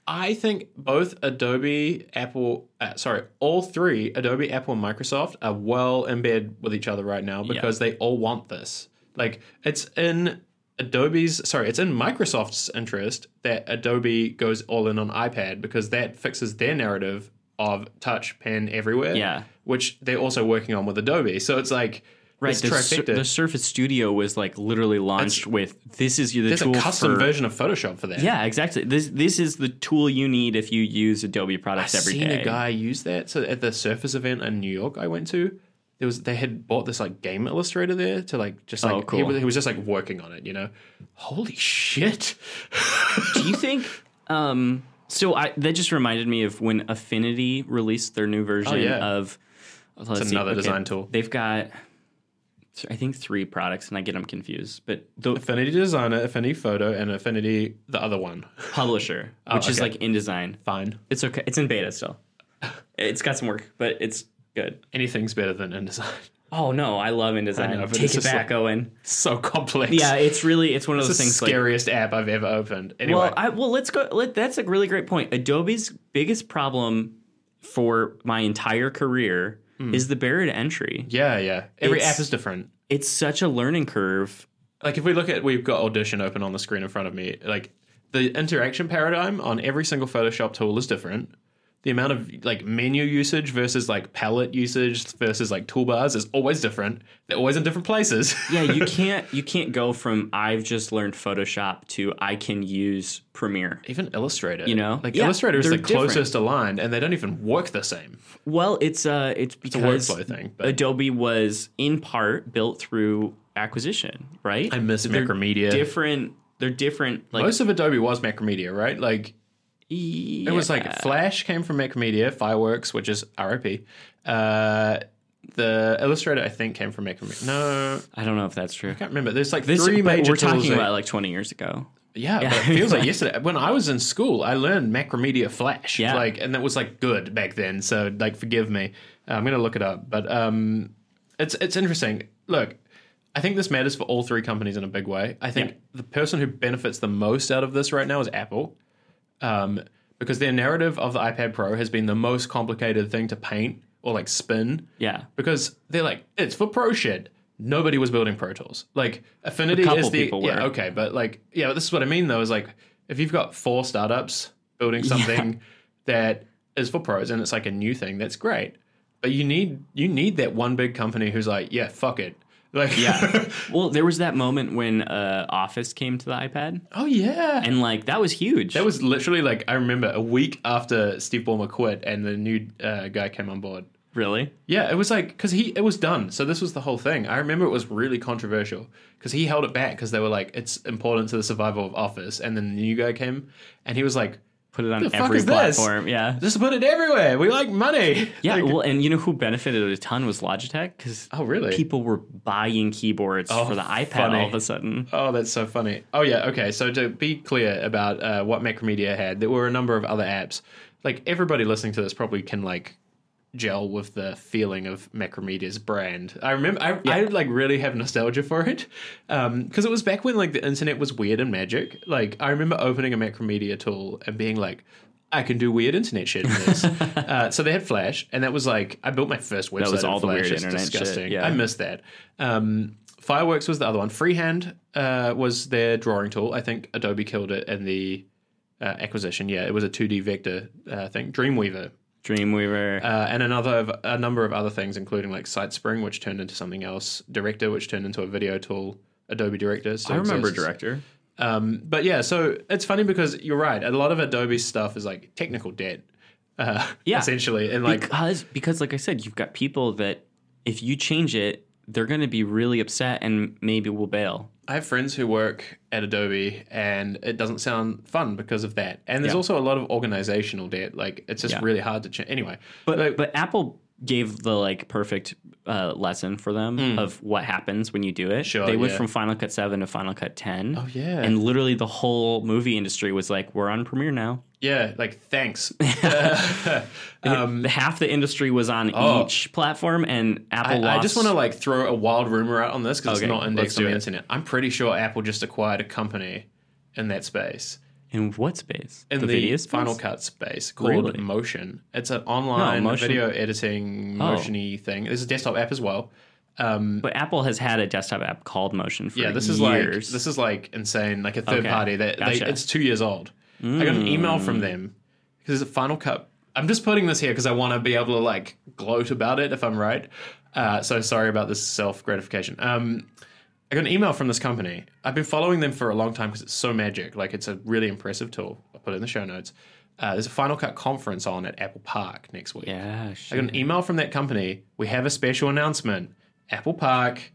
A: I think both Adobe, Apple, uh, sorry, all three Adobe, Apple, and Microsoft are well in bed with each other right now because they all want this. Like it's in Adobe's, sorry, it's in Microsoft's interest that Adobe goes all in on iPad because that fixes their narrative of touch pen everywhere.
B: Yeah.
A: which they're also working on with Adobe. So it's like
B: Right,
A: this
B: the, Sur-
A: trifecta.
B: the Surface Studio was like literally launched with this is the
A: There's
B: tool
A: a custom
B: for
A: version of Photoshop for that.
B: yeah exactly this this is the tool you need if you use Adobe products
A: I've
B: every
A: seen
B: day.
A: a guy use that. So at the Surface event in New York, I went to, there was they had bought this like game illustrator there to like just like
B: Oh, cool.
A: he, was, he was just like working on it. You know, holy
B: (laughs)
A: shit!
B: Do you think? Um, so I that just reminded me of when Affinity released their new version
A: Oh, yeah.
B: of. Let's
A: another design tool.
B: They've got, I think, three products, and I get them confused. But
A: (laughs)
B: the
A: Affinity Designer, Affinity Photo, and Affinity the other one.
B: publisher, which is
A: Oh, okay.
B: like InDesign,
A: Fine,
B: it's okay. It's in
A: (laughs)
B: beta still. It's got some work, but it's good.
A: anything's better than InDesign. (laughs)
B: Oh no, I love InDesign.
A: I know, but
B: Take
A: it's
B: it
A: just like- (laughs)
B: back, Owen.
A: so complex.
B: Yeah, it's really it's one of
A: it's
B: those
A: the
B: things. like-
A: scariest app I've ever opened. Anyway,
B: Well, I, well, let's go. Let, that's a really great point. Adobe's biggest problem for my entire career
A: Hmm.
B: is the barrier to entry.
A: yeah, yeah. Every
B: It's-
A: app is different.
B: It's such a learning curve.
A: like if we look at we've got audition open on the screen in front of me like the interaction paradigm on every single photoshop tool is different the amount of like menu usage versus like palette usage versus like toolbars is always different. They're always in different places.
B: yeah, you can't you can't go from I've just learned Photoshop to I can use Premiere.
A: (laughs) even Illustrator,
B: You know?
A: like
B: Yeah,
A: Illustrator is
B: they're
A: the closest aligned, and they don't even work the same.
B: Well, it's uh it's because
A: workflow thing, but-
B: Adobe was in part built through acquisition, right?
A: I miss
B: They're
A: Macromedia.
B: Different they're different like
A: Most of Adobe was Macromedia, right? Like It was
B: yeah.
A: like Flash came from Macromedia, Fireworks, which is RIP. Uh, the Illustrator, I think, came from Macromedia. No, I
B: I don't know if that's true.
A: can't remember. There's like
B: This,
A: three
B: but
A: major
B: we're
A: tools
B: talking
A: that-
B: about like 20 years ago.
A: yeah, but it
B: (laughs)
A: feels like yesterday. When I was in school, I learned Macromedia Flash.
B: Yeah.
A: Like, and that was like good back then. So like, forgive me. Uh, I'm gonna look it up, but um, it's it's interesting. Look, I think this matters for all three companies in a big way. I think
B: Yeah.
A: the person who benefits the most out of this right now is Apple, um, because their narrative of the iPad Pro has been the most complicated thing to paint or like spin
B: Yeah.
A: because they're like it's for pro shit. Nobody was building Pro Tools. Like Affinity
B: couple
A: is the
B: people
A: yeah
B: were.
A: okay, but like yeah, but this is what I mean though is like if you've got four startups
B: (laughs)
A: building something that is for pros and it's like a new thing, that's great. But you need you need that one big company who's like yeah fuck it like
B: Yeah. well, there was that moment when uh, Office came to the iPad,
A: (laughs) oh yeah.
B: and like that was huge.
A: that was literally like I remember a week after Steve Ballmer quit and the new uh, guy came on board.
B: really
A: Yeah, it was like because he it was done. So this was the whole thing. I remember it was really controversial because he held it back because they were like it's important to the survival of Office, and then the new guy came and he was like,
B: put it on
A: The fuck
B: every
A: is this?
B: platform. Yeah.
A: (laughs) "Just put it everywhere. We like money."
B: Yeah,
A: Like,
B: well, and you know who benefited a ton was Logitech because
A: Oh, really? Oh,
B: people were buying keyboards for the iPad
A: funny.
B: all of a sudden.
A: (laughs) oh, that's so funny. Oh yeah. Okay. So to be clear about uh, what Macromedia had, there were a number of other apps. Like everybody listening to this probably can like gel with the feeling of Macromedia's brand. I remember I, I like really have nostalgia for it because it was back when like the internet was weird and magic. Like I remember opening a Macromedia tool and being like, I can do weird internet shit. in
B: (laughs)
A: this. uh, so they had Flash, and that was like I built my first website.
B: was
A: in
B: all the
A: Flash.
B: weird
A: It's
B: internet shit,
A: disgusting.
B: yeah.
A: I missed that. Um, Fireworks was the other one. Freehand uh, was their drawing tool. I think Adobe killed it in the uh, acquisition. Yeah, it was a 2D vector uh, thing. Dreamweaver
B: Dreamweaver.
A: uh, and another of, a number of other things, including like SiteSpring, which turned into something else, Director, which turned into a video tool, Adobe Director. still
B: I remember
A: exists.
B: Director.
A: Um, but yeah, so it's funny because you're right. A lot of Adobe's stuff is like technical debt, uh,
B: Yeah.
A: essentially, and like
B: because because like I said, you've got people that if you change it, they're going to be really upset and maybe will bail.
A: I have friends who work at Adobe, and it doesn't sound fun because of that. And there's
B: Yeah.
A: also a lot of organizational debt. Like it's just
B: Yeah.
A: really hard to change. Anyway,
B: But but Apple gave the like perfect uh, lesson for them of what happens when you do it.
A: Hmm. Sure,
B: they went
A: yeah.
B: from Final Cut Seven to Final Cut Ten.
A: oh yeah,
B: And literally, the whole movie industry was like, "We're on Premiere now."
A: yeah, like
B: (laughs)
A: thanks. (laughs) Um,
B: The- Half the industry was on each platform, and Apple.
A: oh. I, I
B: lost.
A: just want to like throw a wild rumor out on this because
B: Okay,
A: it's not
B: let's
A: indexed
B: do
A: on the
B: it.
A: internet. I'm pretty sure Apple just acquired a company in that space
B: In what space?
A: in the,
B: video space?
A: Final Cut space called
B: Really?
A: Motion. It's an online
B: No, Motion- Oh.
A: video editing motiony thing. There's a desktop app as well.
B: But Apple has had a desktop app called Motion for
A: Yeah, this
B: years.
A: is like this is like insane. Like a third
B: Okay,
A: party that they-
B: gotcha. Mm.
A: it's two years old. I got an email from them because it's a Final Cut. I'm just putting this here because I want to be able to like gloat about it if I'm right. Uh, so sorry about this self gratification. Um, I got an email from this company. I've been following them for a long time because it's so magic. Like it's a really impressive tool. I'll put it in the show notes. Uh, there's a Final Cut conference on at Apple Park next week.
B: yeah,
A: I got an email from that company. We have a special announcement. Apple Park,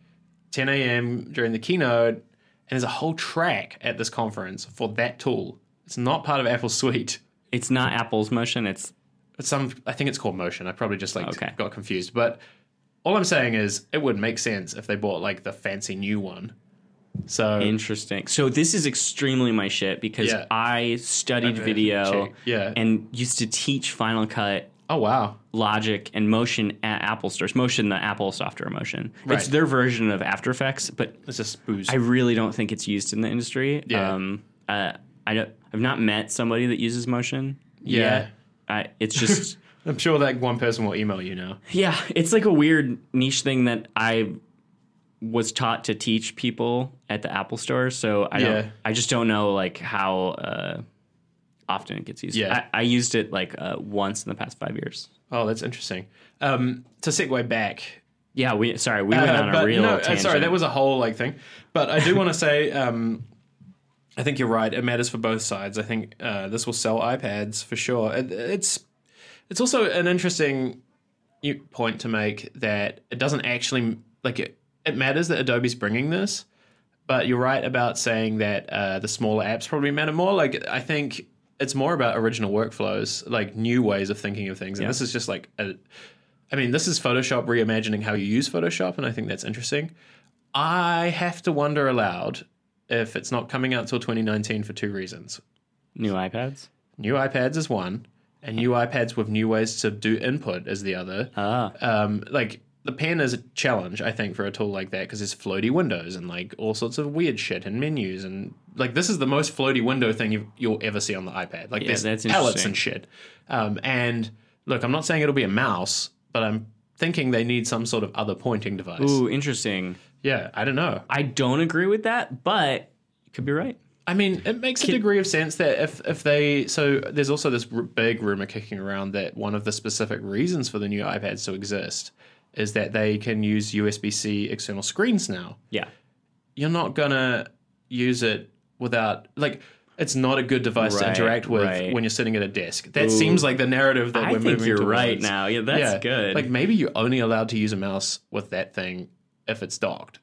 A: 10 a.m. during the keynote, and there's a whole track at this conference for that tool. It's not part of Apple Suite.
B: it's not Apple's Motion. It's
A: It's some, I think it's called Motion. I probably just like
B: Okay.
A: got confused. But all I'm saying is, it would make sense if they bought like the fancy new one. So
B: interesting. So this is extremely my shit because
A: Yeah.
B: I studied
A: Okay,
B: video,
A: check. Yeah.
B: and used to teach Final Cut
A: oh wow,
B: Logic and Motion at Apple stores. Motion, the Apple software Motion. It's
A: Right.
B: their version of After Effects, but
A: it's just booze.
B: I really don't think it's used in the industry.
A: Yeah.
B: Um, uh, I don't, I've not met somebody that uses Motion.
A: Yeah.
B: Yet. I,
A: (laughs)
B: it's just.
A: I'm sure that one person will email you now.
B: Yeah, it's like a weird niche thing that I was taught to teach people at the Apple store. So I
A: Yeah.
B: don't, I just don't know like how uh, often it gets used.
A: Yeah.
B: I, I used it like uh, once in the past five years.
A: Oh, that's interesting. Um, to segue back,
B: Yeah, we sorry we went
A: Uh,
B: on a
A: but
B: real
A: no, uh,
B: tangent.
A: Sorry, that was a whole like thing. But I do want to (laughs) say, um, I think you're right. It matters for both sides. I think uh, this will sell iPads for sure. It, it's it's also an interesting you- point to make that it doesn't actually like it. It matters that Adobe's bringing this, but you're right about saying that uh, the smaller apps probably matter more. Like I think it's more about original workflows, like new ways of thinking of things, and
B: Yeah.
A: this is just like a. I mean, this is Photoshop reimagining how you use Photoshop, and I think that's interesting. I have to wonder aloud if it's not coming out till 2019 for two reasons.
B: new iPads.
A: New iPads is one, and new iPads with new ways to do input is the other.
B: Ah,
A: Um, like the pen is a challenge, I think, for a tool like that because there's floaty windows and like all sorts of weird shit and menus and like this is the most floaty window thing you you'll ever see on the iPad. Like
B: Yeah,
A: there's
B: that's
A: palettes
B: interesting.
A: and shit. Um, and look, I'm not saying it'll be a mouse, but I'm thinking they need some sort of other pointing device.
B: ooh, interesting.
A: Yeah, I don't know.
B: I don't agree with that, but you could be right.
A: I mean, it makes a degree of sense that if if they so there's also this r- big rumor kicking around that one of the specific reasons for the new iPads to exist is that they can use USB-C external screens now.
B: Yeah,
A: You're not gonna use it without like it's not a good device to
B: Right,
A: interact with
B: right.
A: when you're sitting at a desk. That seems like the narrative that
B: I
A: we're
B: think
A: moving
B: you're
A: towards.
B: right now. Yeah, that's
A: yeah,
B: good.
A: Like maybe you're only allowed to use a mouse with that thing if it's docked.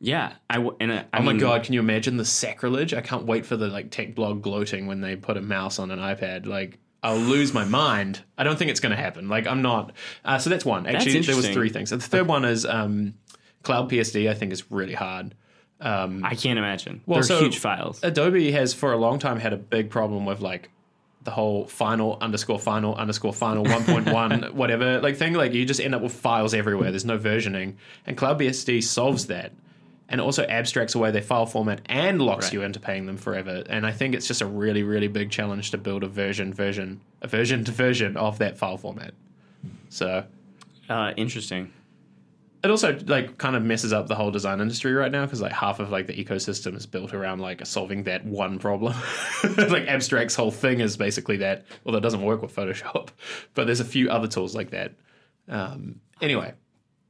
B: yeah, I w- and I, I
A: Oh my
B: mean,
A: god, can you imagine the sacrilege? I can't wait for the like tech blog gloating when they put a mouse on an iPad. Like I'll lose my mind. I don't think it's going to happen. Like I'm not. Uh, so that's one. Actually, there was
B: interesting.
A: three things. And the third one is um, cloud PSD. I think is really hard.
B: I can't imagine.
A: Well,
B: They're
A: so- uh,
B: huge files.
A: Adobe has for a long time had a big problem with like the whole final underscore final underscore final 1.1 whatever like thing like you just end up with files everywhere there's no versioning and cloud bsd solves that and it also abstracts away their file format and locks you into paying them forever and i think it's just a really really big challenge to build a version version a version to version of that file format so
B: Uh, interesting.
A: it also like kind of messes up the whole design industry right now because like half of like the ecosystem is built around like solving that one problem. (laughs) like Abstract's whole thing is basically that, although it doesn't work with Photoshop. (laughs) But there's a few other tools like that. Um, anyway,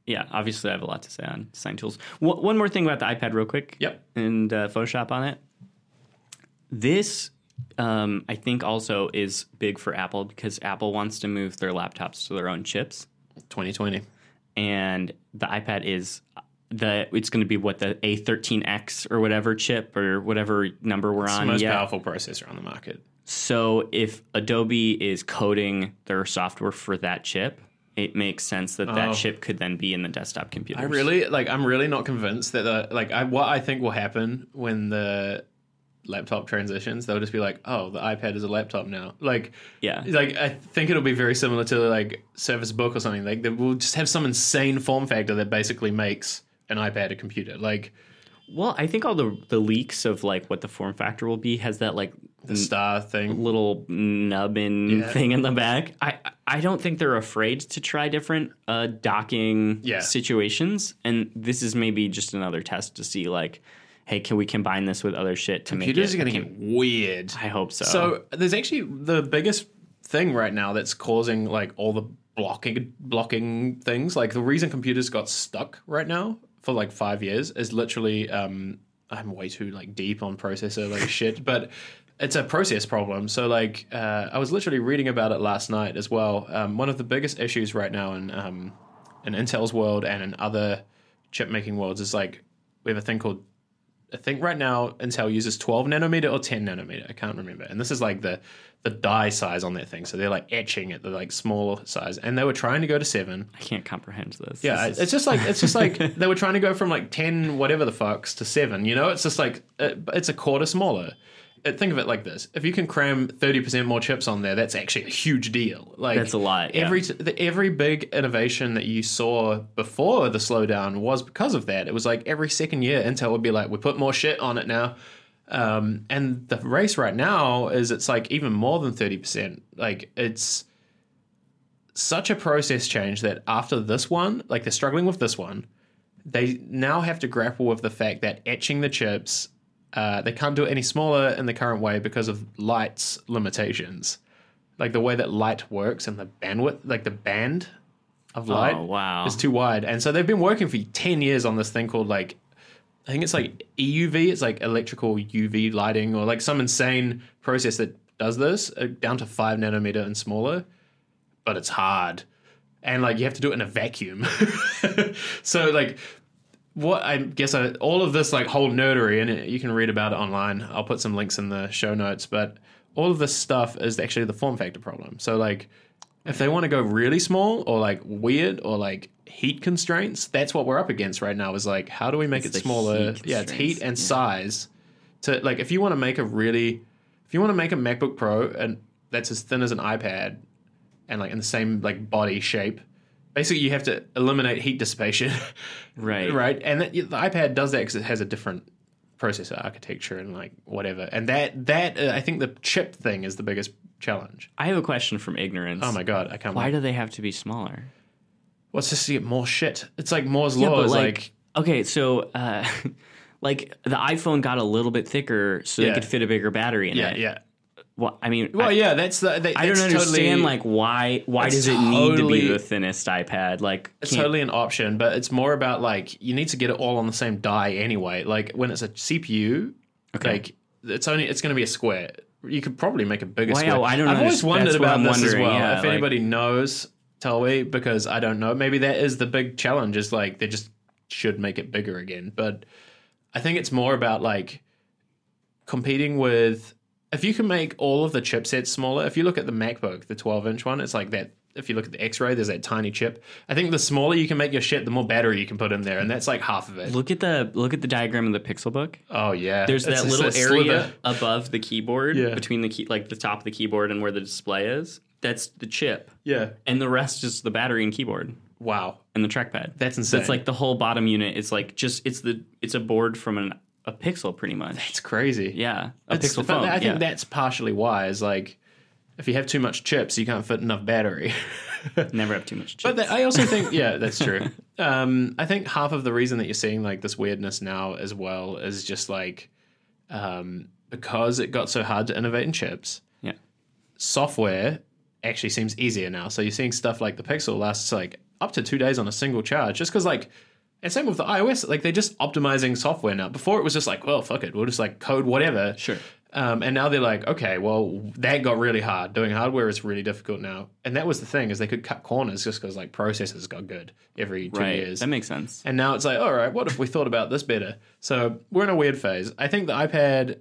B: yeah, obviously I have a lot to say on design tools. Wha- one more thing about the iPad, real quick.
A: Yep.
B: And uh, Photoshop on it. This, um, I think, also is big for Apple because Apple wants to move their laptops to their own chips,
A: 2020.
B: and the iPad is the it's going to be what the A13X or whatever chip or whatever number we're
A: It's the
B: on.
A: most
B: yeah.
A: powerful processor on the market.
B: So if Adobe is coding their software for that chip, it makes sense that that
A: Oh.
B: chip could then be in the desktop computer.
A: I really like. I'm really not convinced that the like I what I think will happen when the laptop transitions, they'll just be like, oh, the iPad is a laptop now. Like,
B: Yeah.
A: like I think it'll be very similar to like Surface Book or something. Like, they will just have some insane form factor that basically makes an iPad a computer. Like
B: Well, I think all the the leaks of like what the form factor will be has that like
A: the star thing.
B: little nubbin
A: Yeah.
B: thing in the back. I I don't think they're afraid to try different uh, docking
A: Yeah.
B: situations, and this is maybe just another test to see like, hey, can we combine this with other shit to
A: Computers are
B: make it?
A: going to get weird.
B: I hope so.
A: So there's actually the biggest thing right now that's causing like all the blocking blocking things. Like the reason computers got stuck right now for like five years is literally um I'm way too like deep on processor like shit, but it's a process problem. So like uh, I was literally reading about it last night as well. Um, one of the biggest issues right now in um, in Intel's world and in other chip making worlds is like we have a thing called I think right now Intel uses 12 nanometer or 10 nanometer. I can't remember. And this is like the the die size on that thing. So they're like etching at the like small size. And they were trying to go to seven.
B: I can't comprehend this.
A: Yeah,
B: This is-
A: it's just like it's just like
B: (laughs)
A: they were trying to go from like 10 whatever the fucks to seven. You know, it's just like it, it's a quarter smaller. Uh, think of it like this: if you can cram 30 percent more chips on there, that's actually a huge deal. Like
B: That's a lot, yeah.
A: Every t- the, every big innovation that you saw before the slowdown was because of that. It was like every second year, Intel would be like, "We put more shit on it now." Um, and the race right now is it's like even more than 30%. Like it's such a process change that after this one, like they're struggling with this one, they now have to grapple with the fact that etching the chips uh, they can't do it any smaller in the current way because of light's limitations. Like the way that light works and the bandwidth, like the band of light
B: Oh, wow.
A: is too wide. And so they've been working for 10 years on this thing called like, I think it's like EUV, it's like electrical UV lighting or like some insane process that does this uh, down to five nanometer and smaller. But it's hard. And like you have to do it in a vacuum. (laughs) so like what I guess I, all of this like whole nerdery, and it- you can read about it online. I'll put some links in the show notes, but all of this stuff is actually the form factor problem. So like, if they want to go really small or like weird or like heat constraints, that's what we're up against right now. Is like, how do we make
B: It's
A: it
B: the
A: smaller?
B: heat
A: Yeah, it's
B: constraints,
A: heat and
B: yeah.
A: size. To like, if you want to make a really, if you want to make a MacBook Pro and that's as thin as an iPad, and like in the same like body shape, basically you have to eliminate heat dissipation. (laughs)
B: right.
A: right? And that, the iPad does that because it has a different processor architecture and like whatever. And that that uh, I think the chip thing is the biggest challenge.
B: I have a question from ignorance.
A: Oh my god, I can't.
B: Why
A: Why?
B: do they have to be smaller?
A: What's just to get more shit? It's like Moore's law is like,
B: okay, so uh, (laughs) like the iPhone got a little bit thicker, so they
A: Yeah.
B: could fit a bigger battery in
A: yeah,
B: it.
A: yeah.
B: Well, I mean,
A: Well,
B: I,
A: yeah, that's the. That,
B: I don't
A: that's
B: understand
A: totally,
B: like why why
A: It's
B: does it need to be
A: totally-
B: the thinnest iPad? Like,
A: It's
B: can't-
A: totally an option, but it's more about like you need to get it all on the same die anyway. Like when it's a CPU,
B: Okay.
A: like it's only it's going to be a square. You could probably make a bigger
B: Wow,
A: square.
B: I don't
A: I've always
B: understand-
A: wondered
B: that's what
A: about
B: I'm
A: this as
B: wondering,
A: well. if
B: yeah, like-
A: anybody knows, tell me because I don't know. Maybe that is the big challenge. Is like they just should make it bigger again, but I think it's more about like competing with if you can make all of the chipsets smaller, if you look at the MacBook, the 12 inch one, it's like that. If you look at the X ray, there's that tiny chip. I think the smaller you can make your shit, the more battery you can put in there. And that's like half of it.
B: look at the look at the diagram of the Pixel Book.
A: Oh, yeah.
B: There's
A: It's
B: that
A: just
B: little
A: a
B: area
A: sliver.
B: above the keyboard,
A: Yeah.
B: between the key, like the top of the keyboard and where the display is. That's the chip,
A: Yeah.
B: and the rest is the battery and keyboard
A: Wow.
B: and the trackpad.
A: That's
B: So
A: insane.
B: it's like the whole bottom unit is like just it's the it's a board from an a pixel pretty much.
A: it's crazy.
B: Yeah, a
A: It's-
B: pixel
A: but
B: phone.
A: I think
B: yeah.
A: that's partially why is like if you have too much chips, you can't fit enough battery.
B: never have too much.
A: But
B: chips.
A: that, I also think, yeah, that's
B: (laughs)
A: true. Um, I think half of the reason that you're seeing like this weirdness now as well is just like um, because it got so hard to innovate in chips.
B: Yeah.
A: Software actually seems easier now. So you're seeing stuff like the Pixel lasts like up to two days on a single charge, just because like. And same with the iOS, like they're just optimizing software now. Before it was just like, well, fuck it, we'll just like code whatever.
B: Sure.
A: Um, and now they're like, okay, well, that got really hard. Doing hardware is really difficult now. And that was the thing is they could cut corners just because like processors got good every two
B: right.
A: years.
B: That makes sense.
A: and now it's like, all right, what if we thought about this better? So we're in a weird phase. I think the iPad,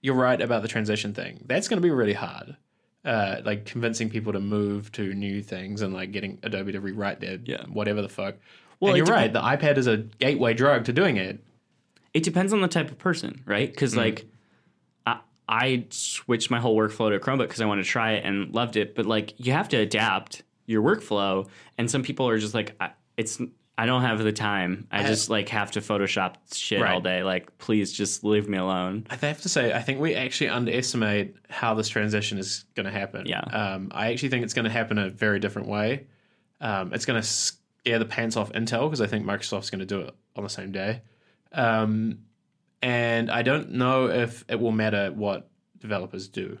A: you're right about the transition thing. That's going to be really hard. Uh, like convincing people to move to new things and like getting Adobe to rewrite their
B: Yeah.
A: whatever the fuck.
B: Well,
A: Well,
B: it
A: you're right. The iPad is a gateway drug to doing it.
B: It depends on the type of person, right? Because like, I I switched my whole workflow to a Chromebook because I wanted to try it and loved it. But like, you have to adapt your workflow, and some people are just like, I, it's. I don't have the time. I just like have to Photoshop shit all
A: Right.
B: day. Like, please just leave me alone.
A: I have to say, I think we actually underestimate how this transition is going to happen.
B: Yeah.
A: Um, I actually think it's going to happen in a very different way. Um, it's going to scare the pants off Intel because I think Microsoft's going to do it on the same day. Um, and I don't know if it will matter what developers do.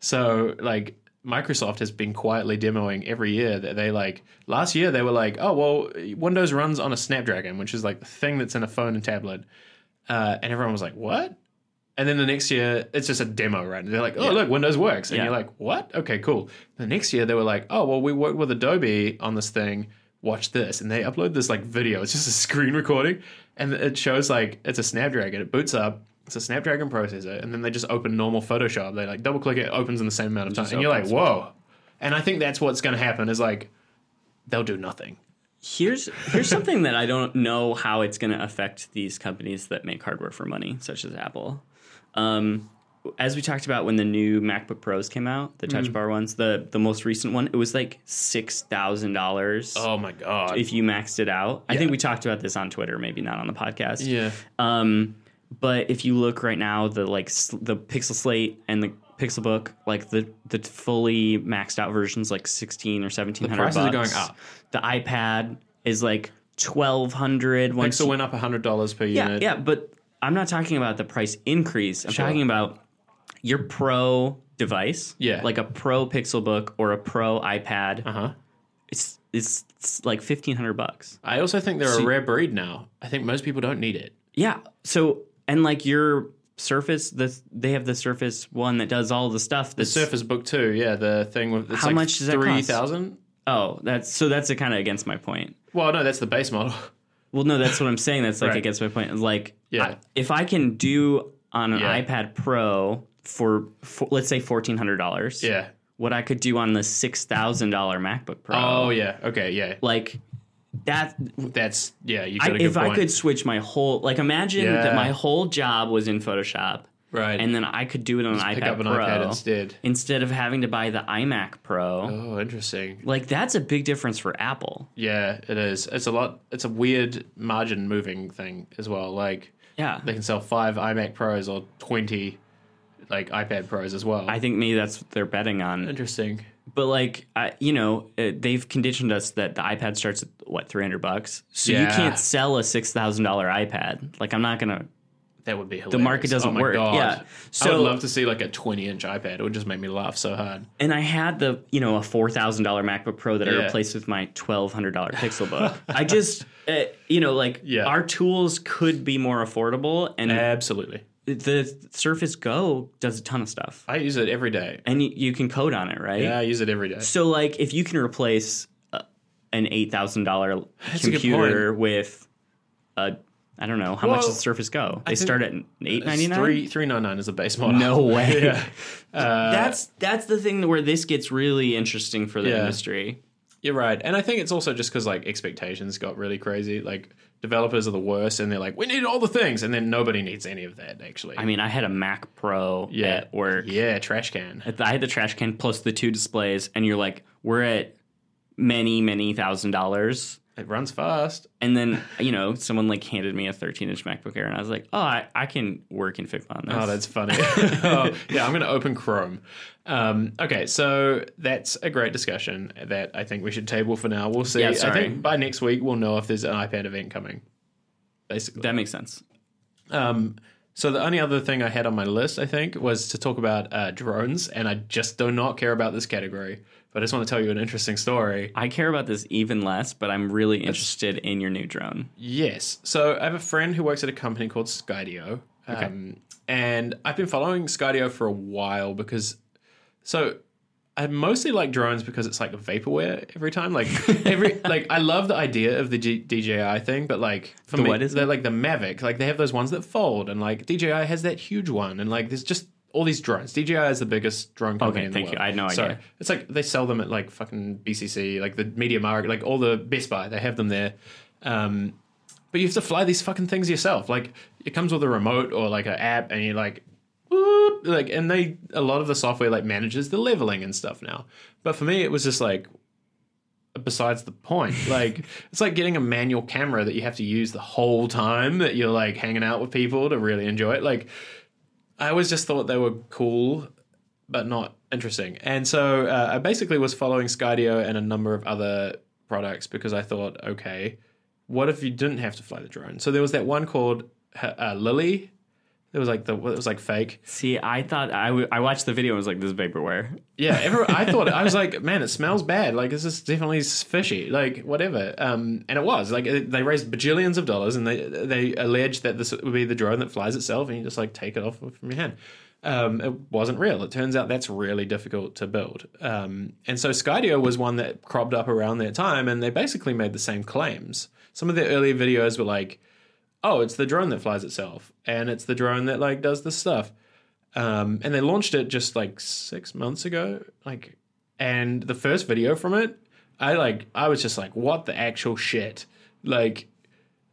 A: So, like, Microsoft has been quietly demoing every year that they like. Last year, they were like, oh, well, Windows runs on a Snapdragon, which is like the thing that's in a phone and tablet. Uh, and everyone was like, what? And then the next year, it's just a demo, right? And they're like, oh, look, Windows works. And
B: Yeah.
A: you're like, what? Okay, cool. The next year, they were like, oh, well, we worked with Adobe on this thing. Watch this. And they upload this like video. It's just a (laughs) screen recording. And it shows like it's a Snapdragon. It boots up. It's a Snapdragon processor. And then they just open normal Photoshop. They like double click it, it opens in the same amount of time. And you're like,
B: opens.
A: whoa. And I think that's what's going to happen is like, they'll do nothing.
B: Here's here's something that I don't know how it's going to affect these companies that make hardware for money, such as Apple. Um, as we talked about when the new MacBook Pros came out, the Touch Bar ones, the the most recent one, it was like six thousand dollars
A: Oh my God.
B: if you maxed it out. I think we talked about this on Twitter, maybe not on the podcast.
A: Yeah.
B: Um, but if you look right now, the like s- the Pixel Slate and the Pixel Book, like the the fully maxed out versions, like sixteen or seventeen hundred.
A: prices are going up.
B: The iPad is like twelve hundred.
A: Pixel went up $100 per
B: yeah,
A: unit.
B: yeah, but I'm not talking about the price increase. I'm
A: Sure.
B: talking about your pro device,
A: Yeah.
B: like a pro Pixel Book or a pro iPad.
A: Uh huh.
B: It's, it's it's like fifteen hundred bucks.
A: I also think they're a rare breed now. I think most people don't need it.
B: Yeah. So and like your Surface, the they have the Surface one that does all the stuff. The
A: Surface Book Two, yeah, the thing with it's
B: How
A: like
B: much does that cost?
A: Three thousand.
B: Oh, that's so that's kind of against my point.
A: Well, no, that's the base model. (laughs)
B: Well, no, that's what I'm saying. That's like
A: Right.
B: against my point. Like,
A: Yeah.
B: I- if I can do on an
A: Yeah.
B: iPad Pro for, for let's say fourteen hundred dollars,
A: Yeah.
B: what I could do on the six thousand dollar MacBook Pro,
A: Oh yeah. Okay. Yeah.
B: like that.
A: That's yeah. You
B: I,
A: got a good
B: if
A: point.
B: I could switch my whole, like, imagine that
A: Yeah.
B: my whole job was in Photoshop,
A: right
B: and then I could do it on an
A: pick
B: iPad
A: up an
B: Pro
A: iPad instead.
B: instead of having to buy the iMac Pro.
A: Oh, interesting.
B: Like, that's a big difference for Apple.
A: Yeah, it is. It's a lot. It's a weird margin moving thing as well. Like
B: Yeah,
A: they can sell five iMac Pros or twenty like iPad Pros as well.
B: I think maybe that's what they're betting on.
A: interesting.
B: but like I, you know uh, they've conditioned us that the ipad starts at what 300 bucks so you
A: Yeah.
B: can't sell a $6000 ipad like i'm not gonna
A: That would be hilarious.
B: the market doesn't
A: Oh my
B: work
A: God.
B: yeah
A: I
B: so
A: would love to see like a twenty-inch iPad. It would just make me laugh so hard.
B: and i had the you know a $4000 macbook pro that i
A: Yeah.
B: replaced with my
A: (laughs)
B: $1200 pixel book i just uh, you know like
A: Yeah. Uh,
B: our tools could be more affordable and
A: Absolutely.
B: the surface go does a ton of stuff
A: I use it every day.
B: and you, you can code on it right
A: Yeah, I use it every day.
B: So like if you can replace uh, an eight thousand dollar
A: a good
B: computer with a I don't know how much
A: Well,
B: does Surface Go? They
A: think
B: start at eight ninety
A: It's
B: nine.
A: Three three nine nine is the base model. (laughs)
B: No way.
A: yeah. Uh,
B: That's that's the thing where this gets really interesting for the
A: Yeah.
B: industry.
A: You're right, and I think it's also just because like expectations got really crazy. Like developers are the worst, and they're like, we need all the things, and then nobody needs any of that. Actually,
B: I mean, I had a Mac Pro
A: Yeah.
B: at work.
A: yeah, trash can.
B: I had the trash can plus the two displays, and you're like, we're at many many thousand dollars.
A: It runs fast.
B: And then you know someone like handed me a 13 inch MacBook Air, and I was like, oh, I, I can work in Figma on this.
A: Oh, that's funny. (laughs) oh, yeah, I'm going to open Chrome. Um, okay, so that's a great discussion that I think we should table for now. We'll see.
B: Yeah,
A: I
B: sorry.
A: think by next week we'll know if there's an iPad event coming. Basically.
B: that makes sense.
A: Um, so the only other thing I had on my list, I think, was to talk about uh, drones, and I just do not care about this category. But I just want to tell you an interesting story.
B: I care about this even less, but I'm really interested in your new drone.
A: Yes. So I have a friend who works at a company called Skydio. Um, And I've been following Skydio for a while because, so I mostly like drones because it's like vaporware every time.
B: (laughs)
A: Like every like I love the idea of the G- DJI thing, but like for
B: The
A: me,
B: what is
A: they're like the Mavic. Like they have those ones that fold, and like DJI has that huge one, and like there's just all these drones. DJI is the biggest drone company.
B: Okay,
A: in the
B: thank you.
A: world.
B: I had no
A: Sorry.
B: idea.
A: It's like they sell them at like fucking BCC, like the Media Market, like all the Best Buy. They have them there. Um, but you have to fly these fucking things yourself. Like it comes with a remote or like an app, and you're like, whoop, like, and they a lot of the software like manages the leveling and stuff now. But for me, it was just like, besides the point. (laughs) Like it's like getting a manual camera that you have to use the whole time that you're like hanging out with people to really enjoy it. Like I always just thought they were cool, but not interesting. And so uh, I basically was following Skydio and a number of other products because I thought, okay, what if you didn't have to fly the drone? So there was that one called uh, Lily. It was like the it was like fake.
B: See, I thought I, w- I watched the video and was like, this is vaporware.
A: Yeah, every, I thought I was like, man, it smells bad. Like this is definitely fishy. Like whatever. Um, and it was like it- they raised bajillions of dollars, and they they alleged that this would be the drone that flies itself, and you just like take it off from your hand. Um, it wasn't real. It turns out that's really difficult to build. Um, and so Skydio was one that cropped up around that time, and they basically made the same claims. Some of their earlier videos were like, "Oh, it's the drone that flies itself, and it's the drone that like does this stuff." um, and they launched it just like six months ago. Like, and the first video from it, I like, I was just like, what the actual shit? Like,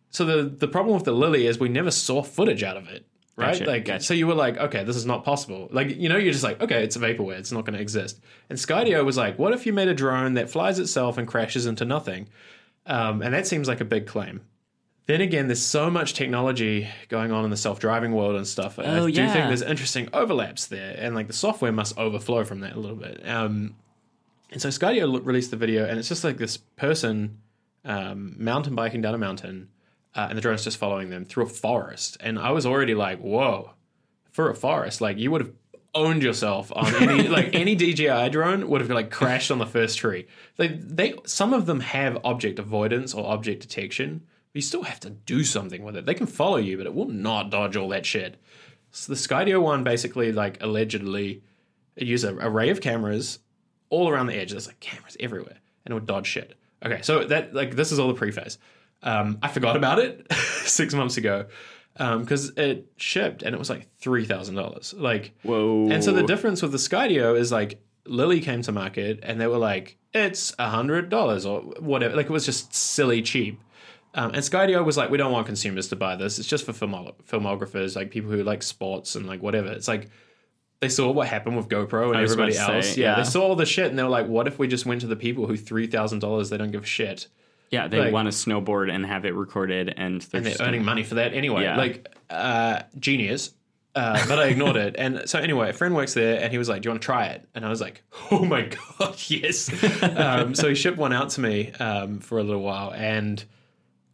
A: so the the problem with the lily is we never saw footage out of it, right?
B: Gotcha,
A: like,
B: gotcha.
A: so you were like, okay, this is not possible. Like, you know, you're just like, okay, it's a vaporware, it's not going to exist. And Skydio was like, what if you made a drone that flies itself and crashes into nothing? Um, and that seems like a big claim. Then again, there's so much technology going on in the self-driving world and stuff. and
B: Oh,
A: I do
B: yeah.
A: think there's interesting overlaps there, and like the software must overflow from that a little bit. Um, and so Skydio l- released the video, and it's just like this person um, mountain biking down a mountain, uh, and the drone's just following them through a forest. And I was already like, whoa, for a forest, like you would have owned yourself on any like any DJI drone would have like crashed on the first tree. They they some of them have object avoidance or object detection, but you still have to do something with it. They can follow you, but it will not dodge all that shit. So the Skydio one basically like allegedly it used an array of cameras all around the edge. There's like cameras everywhere, and it would dodge shit. Okay, so that like this is all the preface. Um, I forgot about it (laughs) six months ago because it shipped and it was like three thousand dollars. Like
B: Whoa.
A: and so the difference with the Skydio is like Lily came to market and they were like, it's a hundred dollars or whatever. Like it was just silly cheap. Um, and Skydio was like, we don't want consumers to buy this. It's just for filmo- filmographers, like people who like sports and like whatever. It's like they saw what happened with GoPro and
B: was about
A: everybody
B: to say,
A: else. yeah,
B: yeah.
A: they saw all the shit and they were like, what if we just went to the people who three thousand dollars they don't give a shit
B: yeah, they
A: like-
B: want to snowboard and have it recorded, and they're
A: and
B: just
A: they're earning money for that anyway.
B: Yeah.
A: Like, uh, genius. Uh, but I ignored it. And so, anyway, a friend works there and he was like, Do you want to try it? And I was like, (laughs) Oh my God, (laughs) yes. um, so he shipped one out to me um, for a little while and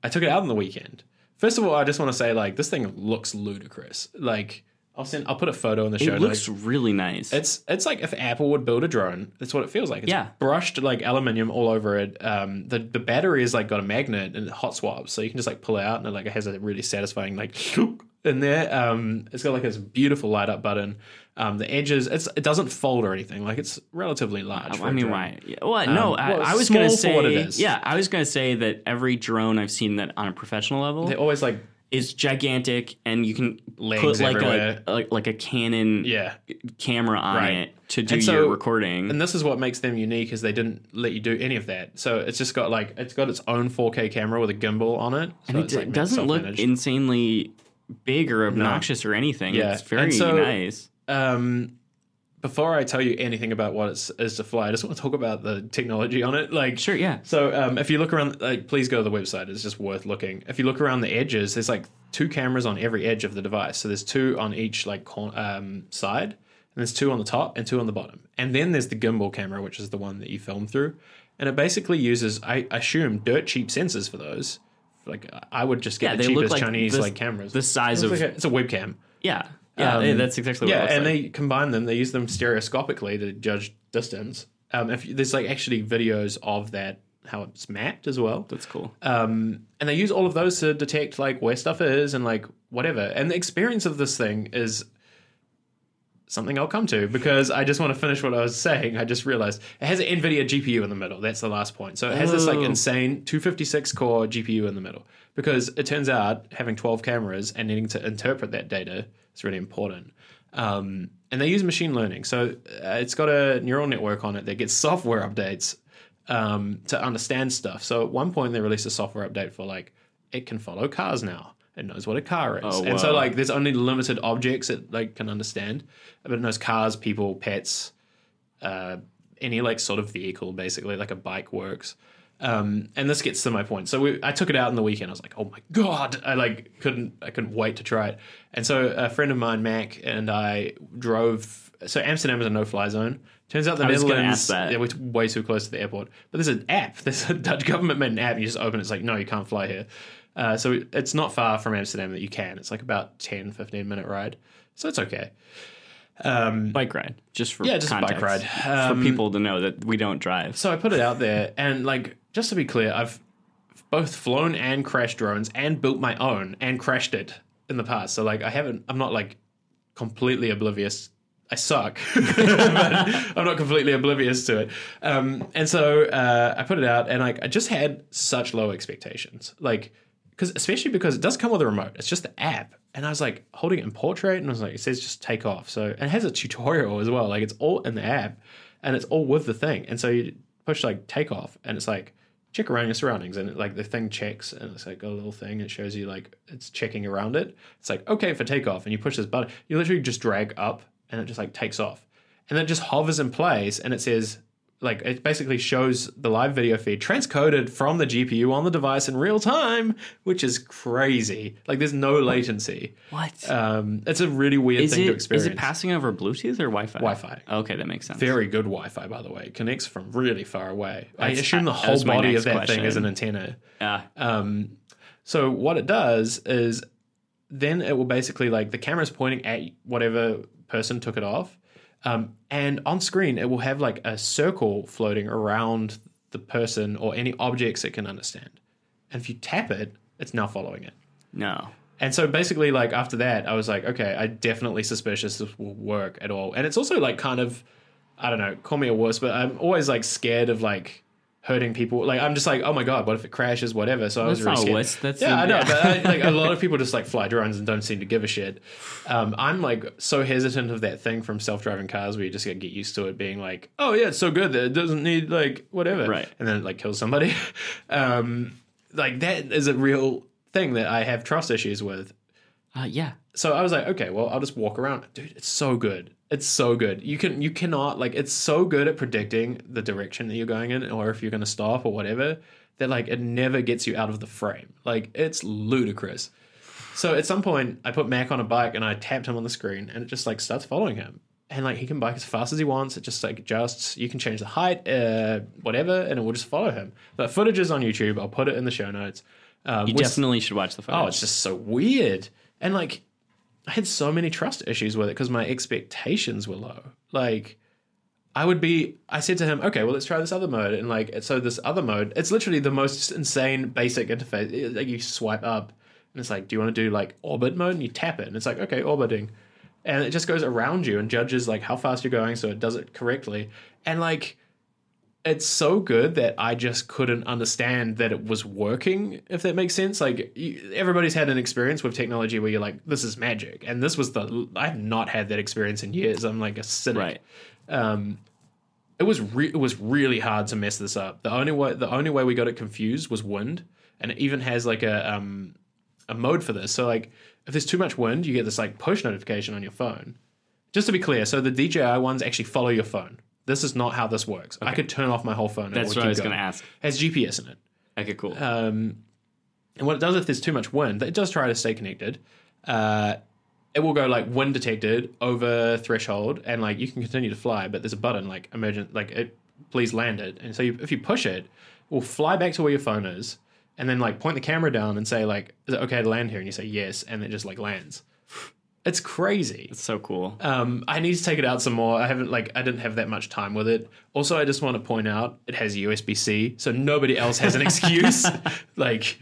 A: I took it out on the weekend. First of all, I just want to say, like, this thing looks ludicrous. Like, I'll send, I'll put a photo in the show
B: it
A: notes.
B: looks really nice.
A: It's it's like if Apple would build a drone. That's what it feels like. It's
B: Yeah.
A: brushed like aluminium all over it. Um, the the battery is like got a magnet and it hot swaps, so you can just like pull it out and it like it has a really satisfying like in there. Um, it's got like this beautiful light up button. Um, the edges it's it doesn't fold or anything. Like it's relatively large. for
B: I
A: a
B: mean,
A: drone.
B: why? yeah, What? no, I,
A: Um, well,
B: I was gonna
A: small for
B: say.
A: what it is.
B: Yeah, I was gonna say that every drone I've seen that on a professional level
A: They're always like
B: is gigantic, and you can
A: Legs
B: put like
A: everywhere.
B: a, like like a Canon
A: yeah.
B: camera on
A: Right.
B: it to do
A: And so-
B: your recording.
A: And this is what makes them unique is they didn't let you do any of that. So it's just got like it's got its own 4K camera with a gimbal on it. So
B: and it
A: it's,
B: d-
A: like,
B: doesn't look
A: self-managed.
B: insanely big or obnoxious or anything.
A: Yeah.
B: It's very
A: And so-
B: nice.
A: um before I tell you anything about what it's is to fly, I just want to talk about the technology on it. Like
B: Sure, yeah.
A: So um, if you look around, like, please go to the website. It's just worth looking. If you look around the edges, there's like two cameras on every edge of the device. So there's two on each like cor- um, side, and there's two on the top and two on the bottom. And then there's the gimbal camera, which is the one that you film through, and it basically uses, I assume, dirt cheap sensors for those. Like I would just get
B: Yeah,
A: the
B: they look
A: cheapest
B: like
A: Chinese
B: this-
A: like cameras.
B: The size
A: it's,
B: of
A: like a, it's a webcam.
B: yeah, yeah.
A: Um,
B: yeah, that's exactly what.
A: Yeah,
B: it looks
A: and
B: like.
A: they combine them. They use them stereoscopically to judge distance. Um, if you- there's like actually videos of that how it's mapped as well,
B: that's cool.
A: um, and they use all of those to detect like where stuff is and like whatever. And the experience of this thing is something I'll come to because I just want to finish what I was saying. I just realized it has an NVIDIA GPU in the middle. That's the last point. So it has this like
B: Oh.
A: insane 256 core GPU in the middle because it turns out having 12 cameras and needing to interpret that data is really important. Um, and they use machine learning. So uh, it's got a neural network on it that gets software updates um, to understand stuff. So at one point they released a software update for like, it can follow cars now. It knows what a car is.
B: Oh,
A: and so
B: wow.
A: like there's only limited objects it like can understand, but it knows cars, people, pets, uh, any like sort of vehicle basically, like a bike works. Um, and this gets to my point. So we, I took it out on the weekend. I was like, oh my god, I like couldn't I couldn't wait to try it. And so a friend of mine, Mac, and I drove. So Amsterdam is a no-fly zone. Turns out the
B: was gonna
A: Netherlands
B: ask that.
A: yeah, we're t- way too close to the airport. But there's an app. (laughs) There's a Dutch government made an app. You just open. it. It's like no, you can't fly here. Uh, so it- it's not far from Amsterdam that you can. It's like about 10, 15 minute ride. So it's okay. Um,
B: bike ride, just for
A: yeah, just a bike
B: context.
A: ride.
B: for
A: Um,
B: people to know that we don't drive.
A: so I put it out there, and like just to be clear, I've both flown and crashed drones, and built my own, and crashed it in the past. So like I haven't, I'm not like completely oblivious. I suck, (laughs) but I'm not completely oblivious to it. Um, and so uh, I put it out, and like I just had such low expectations, like because especially because it does come with a remote. It's just the app, and I was like holding it in portrait, and I was like, it says just take off. So and it has a tutorial as well. Like it's all in the app, and it's all with the thing. And so you push like take off, and it's like check around your surroundings and like the thing checks and it's like a little thing it shows you like it's checking around it it's like okay for takeoff and you push this button you literally just drag up and it just like takes off and then it just hovers in place and it says like it basically shows the live video feed transcoded from the gpu on the device in real time which is crazy like there's no latency
B: What is
A: um it's a really weird thing
B: it?
A: to experience
B: Is it passing over Bluetooth or Wi-Fi?
A: Wi-Fi.
B: Okay, that makes sense.
A: very good Wi-Fi, by the way. It connects from really far away. I
B: That's-
A: assume the
B: that
A: whole
B: was my
A: body
B: next
A: of that thing
B: question.
A: is an antenna.
B: Ah.
A: Um, So what it does is then it will basically like the camera's pointing at whatever person took it off. Um, and on screen, it will have like a circle floating around the person or any objects it can understand. And if you tap it, it's now following it.
B: No.
A: And so basically, like after that, I was like, okay, I definitely suspicious this will work at all. And it's also like kind of, I don't know, call me a wuss, but I'm always like scared of like hurting people. Like I'm just like, oh my god, what if it crashes? Whatever. So I was
B: That's
A: really
B: not a
A: scared.
B: wuss. That's
A: yeah,
B: a-
A: I know.
B: yeah.
A: But I,
B: (laughs)
A: like a lot of people just like fly drones and don't seem to give a shit. Um, I'm like so hesitant of that thing from self-driving cars where you just gotta get used to it being like, oh yeah, it's so good that it doesn't need like whatever,
B: Right.
A: And then it like kills somebody. (laughs) um, like that is a real thing that I have trust issues with
B: Uh, yeah.
A: so I was like, okay, well, I'll just walk around. Dude, it's so good. It's so good. You can you cannot like it's so good at predicting the direction that you're going in or if you're gonna stop or whatever, that like it never gets you out of the frame. Like it's ludicrous. So at some point I put Mac on a bike and I tapped him on the screen and it just like starts following him. And like he can bike as fast as he wants. It just like adjusts. You can change the height, uh, whatever, and it will just follow him. But footage is on YouTube. I'll put it in the show notes. Um,
B: You
A: we're
B: definitely should watch the photos.
A: oh, it's just so weird. And like, I had so many trust issues with it because my expectations were low. Like, I would be, I said to him, okay, well, let's try this other mode. And like, so this other mode, it's literally the most insane basic interface. It- like, you swipe up and it's like, do you want to do like orbit mode? And you tap it and it's like, okay, orbiting. And it just goes around you and judges like how fast you're going. So it does it correctly. And like, it's so good that I just couldn't understand that it was working, if that makes sense. Like, you, everybody's had an experience with technology where you're like, this is magic. And this was the, I've not had that experience in years. I'm like a cynic.
B: right.
A: It was re- it was really hard to mess this up. The only way the only way we got it confused was wind, and it even has like a um a mode for this. So like if there's too much wind, you get this like push notification on your phone. Just to be clear, so the DJI ones actually follow your phone. This is not how this works. I could turn off my whole phone. And
B: That's
A: it would
B: what
A: keep
B: I was
A: going. Uh,
B: going to ask.
A: It Has GPS in it.
B: Okay, cool.
A: And what it does if there's too much wind, it does try to stay connected. Uh, it will go like wind detected over threshold, and like you can continue to fly, but there's a button like emergent, like it, please land it. And so you, if you push it, it will fly back to where your phone is, and then like point the camera down and say like, is it okay to land here? And you say yes, and it just like lands. It's crazy.
B: it's so cool.
A: Um, I need to take it out some more. I haven't like I didn't have that much time with it. Also, I just want to point out it has USB C, so nobody else has an excuse. (laughs) like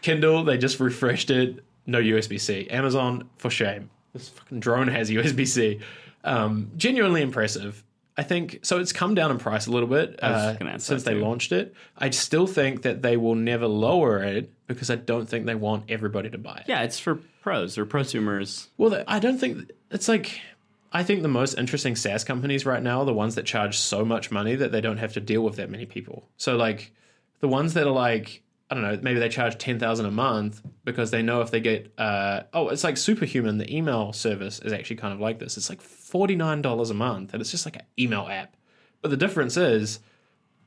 A: Kindle, they just refreshed it. No USB C. Amazon, for shame. This fucking drone has USB C. Um, genuinely impressive. I think so. It's come down in price a little bit
B: was
A: uh,
B: just gonna ask
A: since
B: that
A: they
B: too.
A: launched it. I still think that they will never lower it because I don't think they want everybody to buy it.
B: yeah, it's for pros or prosumers.
A: Well, th- I don't think it's like. I think the most interesting SaaS companies right now are the ones that charge so much money that they don't have to deal with that many people. So like the ones that are like I don't know, maybe they charge ten thousand a month because they know if they get uh, oh, it's like Superhuman. The email service is actually kind of like this. It's like forty nine dollars a month, and it's just like an email app. But the difference is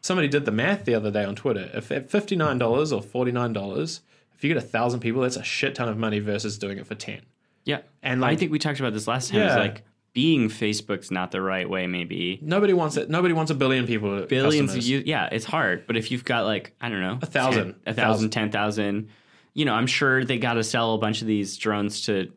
A: somebody did the math the other day on Twitter. If at fifty nine dollars or forty nine dollars, if you get a thousand people, that's a shit ton of money versus doing it for ten.
B: Yeah.
A: And,
B: I
A: like-
B: think we talked about this last time. It's
A: Yeah.
B: like being Facebook's not the right way, maybe.
A: Nobody wants it. Nobody wants a billion people.
B: Billions
A: customers.
B: of you. Yeah, it's hard. But if you've got like, I don't know, a
A: thousand.
B: a thousand, ten thousand, you know, I'm sure they got to sell a bunch of these drones to.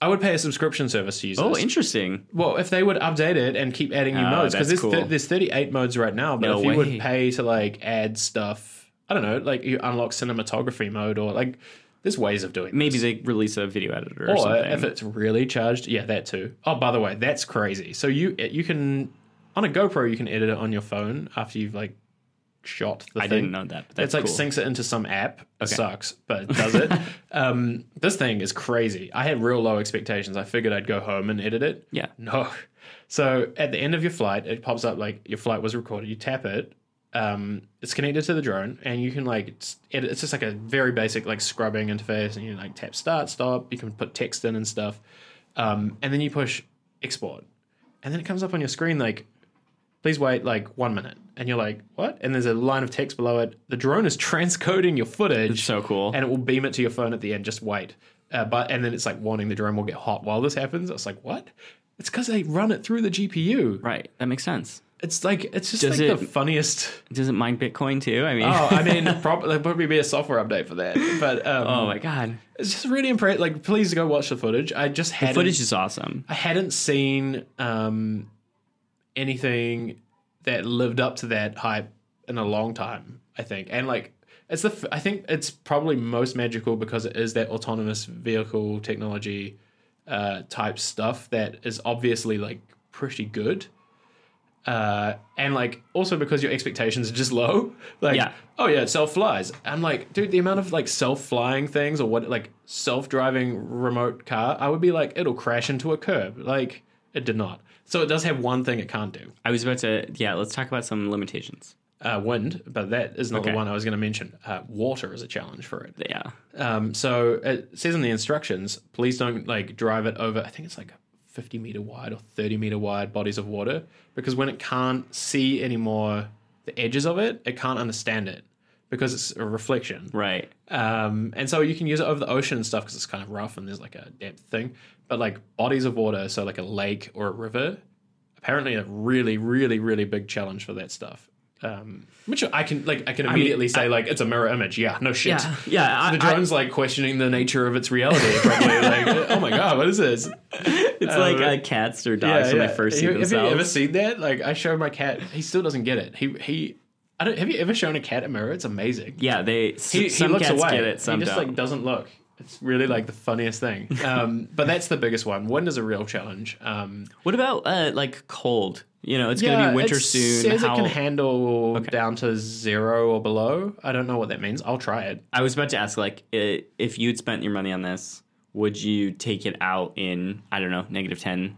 A: I would pay a subscription service to use.
B: Oh,
A: this.
B: interesting.
A: well, if they would update it and keep adding new
B: Oh,
A: modes, because
B: that's
A: there's
B: cool.
A: th- there's 38 modes right now. But
B: No
A: if you
B: way.
A: would pay to like add stuff, I don't know, like you unlock cinematography mode or like there's ways of doing.
B: Maybe
A: this.
B: they release a video editor or,
A: or
B: something.
A: if it's really charged, yeah, that too. Oh, by the way, that's crazy. So you you can on a GoPro you can edit it on your phone after you've like shot the
B: I
A: thing.
B: didn't know that. But that's
A: it's like
B: cool.
A: syncs it into some app. It sucks, but
B: (laughs)
A: it does it. um, this thing is crazy. I had real low expectations. I figured I'd go home and edit it.
B: Yeah.
A: No. So at the end of your flight, it pops up like your flight was recorded. You tap it. Um, it's connected to the drone, and you can like it's, it, it's just like a very basic like scrubbing interface, and you like tap start, stop. You can put text in and stuff, um, and then you push export, and then it comes up on your screen like please wait like one minute. And you're like, what? And there's a line of text below it. The drone is (laughs) transcoding your footage.
B: It's so cool.
A: And it will beam it to your phone at the end. Just wait. Uh, but and then it's like warning the drone will get hot while this happens. I was like, what? It's because they run it through the GPU.
B: right. That makes sense.
A: It's like it's just
B: Does
A: like the
B: it-
A: funniest.
B: Does it mine Bitcoin too? I
A: (laughs)
B: mean, (laughs)
A: Oh, I (laughs) mean, prob- there'd probably be a software update for that. But um,
B: oh my god,
A: it's just really impressive. Like, please go watch the footage. I just
B: the
A: hadn't,
B: footage is awesome.
A: I hadn't seen um, anything that lived up to that hype in a long time. I think, and like, it's the. F- I think it's probably most magical because it is that autonomous vehicle technology uh, type stuff that is obviously like pretty good. Uh, and like also because your expectations are just low. (laughs) Like,
B: Yeah.
A: oh yeah, it self flies. I'm like, dude, the amount of like self flying things or what like self driving remote car, I would be like, it'll crash into a curb. Like, it did not. So it does have one thing it can't do,
B: I was about to yeah. Let's talk about some limitations.
A: uh, wind, but that is not
B: Okay.
A: the one I was going to mention. Uh, water is a challenge for it.
B: Yeah,
A: Um, so it says in the instructions, please don't like drive it over. I think it's like 50 meter wide or 30 meter wide bodies of water because when it can't see anymore the edges of it, it can't understand it because it's a reflection.
B: right.
A: Um, and so you can use it over the ocean and stuff because it's kind of rough and there's like a depth thing. But like bodies of water, so like a lake or a river, apparently a really, really, really big challenge for that stuff. Um, which I can like I can immediately say like it's a mirror image. Yeah, no shit.
B: Yeah, yeah. I,
A: The drone's like questioning the nature of its
B: (laughs)
A: reality. Probably like, oh my god, what is this?
B: I- it's
A: Um,
B: like uh, cats or dogs when they first see
A: have,
B: themselves.
A: you ever seen that? Like, I showed my cat. He still doesn't get it. He he. I don't. Have you ever shown a cat a mirror? It's amazing.
B: yeah, they. s-
A: He, he
B: some
A: looks
B: cats
A: away.
B: get it. Some
A: he just
B: don't.
A: like doesn't look. It's really like the funniest
B: (laughs)
A: thing. Um, but that's the biggest one. Wind is a real challenge. Um,
B: what about uh, like cold? You know, it's gonna
A: yeah,
B: be winter
A: it
B: soon.
A: Says
B: How,
A: it can handle down to zero or below. I don't know what that means. I'll try it.
B: I was about to ask, like, i if you'd spent your money on this, would you take it out in I don't know negative ten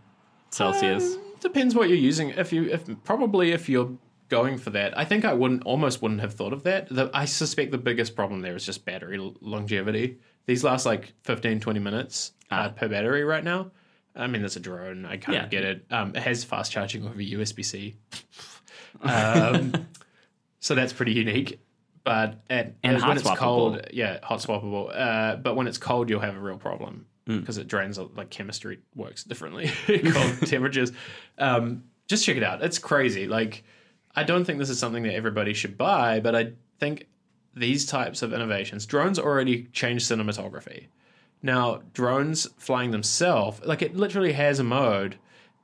B: Celsius?
A: Um, depends what you're using. If you, if probably if you're going for that, I think I wouldn't almost wouldn't have thought of that. The, I suspect the biggest problem there is just battery l- longevity. These last like 15, 20 minutes uh, per battery right now. I mean, that's a drone. I kind
B: Ah. Yeah.
A: of get it. Um, it has fast charging over USB
B: (laughs)
A: C, um, so that's pretty unique. But at,
B: And
A: uh,
B: hot
A: when it's
B: swappable.
A: cold, yeah, hot swappable. Uh, but when it's cold, you'll have a real problem because it drains. Like chemistry works differently (laughs) at cold temperatures. Um, just check it out. It's crazy. Like I don't think this is something that everybody should buy, but I think these types of innovations, drones already change cinematography. Now, drones flying themselves, like it literally has a mode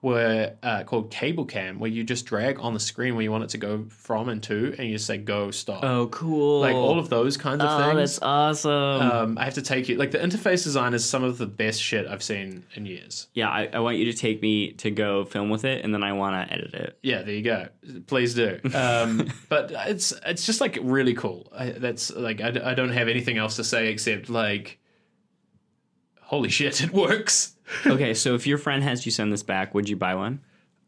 A: where uh, called cable cam, where you just drag on the screen where you want it to go from and to, and you just say go stop.
B: Oh, cool!
A: Like all of those kinds of
B: oh,
A: things.
B: that's awesome.
A: Um, I have to take you. Like the interface design is some of the best shit I've seen in years.
B: yeah, I, I want you to take me to go film with it, and then I want to
A: (laughs)
B: edit it.
A: Yeah, there you go. Please do. Um, but it's it's just like really cool. I, that's like I, d- I don't have anything else to say except like, holy shit, (laughs) it works.
B: okay, so if your friend has you send this back, would you buy one?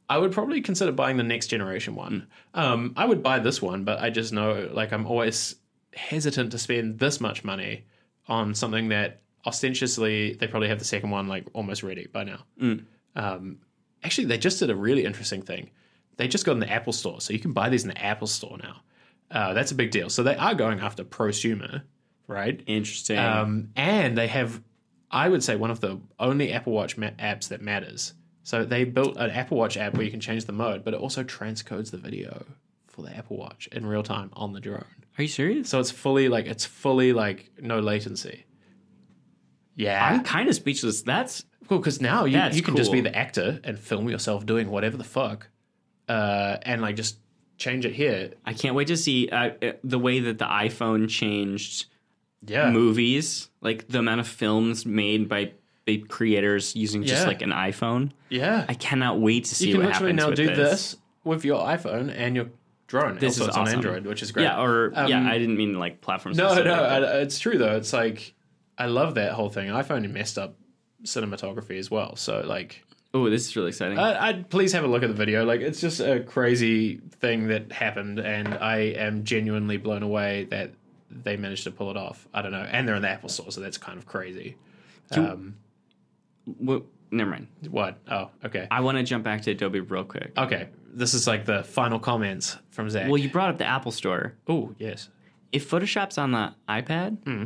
A: I would probably consider buying the next generation one. Um, I would buy this one, but I just know like I'm always hesitant to spend this much money on something that ostentiously they probably have the second one like almost ready by now. Um, actually, they just did a really interesting thing. They just got in the Apple Store, so you can buy these in the Apple Store now. Uh, that's a big deal. So they are going after prosumer, right?
B: Interesting.
A: Um, and they have, I would say, one of the only Apple Watch ma- apps that matters. So they built an Apple Watch app where you can change the mode, but it also transcodes the video for the Apple Watch in real time on the drone.
B: Are you serious?
A: So it's fully like it's fully like no latency. Yeah,
B: I'm kind of speechless. That's
A: cool. Because now you,
B: That's
A: you can just be
B: cool.
A: the actor and film yourself doing whatever the fuck, uh, and like just change it here.
B: I can't wait to see uh, uh, the way that the iPhone changed
A: Yeah,
B: movies, like the amount of films made by big creators using just
A: Yeah.
B: like an iPhone.
A: yeah.
B: I cannot wait to see
A: you can
B: what
A: literally
B: happens
A: now
B: with
A: do
B: this.
A: this. with your iPhone and your drone.
B: This
A: also,
B: is
A: it's on
B: awesome.
A: Android, which is great.
B: Yeah, or
A: Um,
B: yeah, I didn't mean like platform.
A: no,
B: specific,
A: no,
B: but-
A: I, it's true though. It's like I love that whole thing. iPhone messed up cinematography as well. So like,
B: oh, this is really exciting.
A: I, I'd please have a look at the video. Like, it's just a crazy thing that happened, and I am genuinely blown away that they managed to pull it off. I don't know, and they're in the Apple Store, so that's kind of crazy. Um,
B: Wha- never mind.
A: what? Oh, okay,
B: I want to jump back to Adobe real quick.
A: okay. This is like the final comments from Zach.
B: well, you brought up the Apple Store.
A: oh, yes.
B: If Photoshop's on the iPad,
A: Hmm.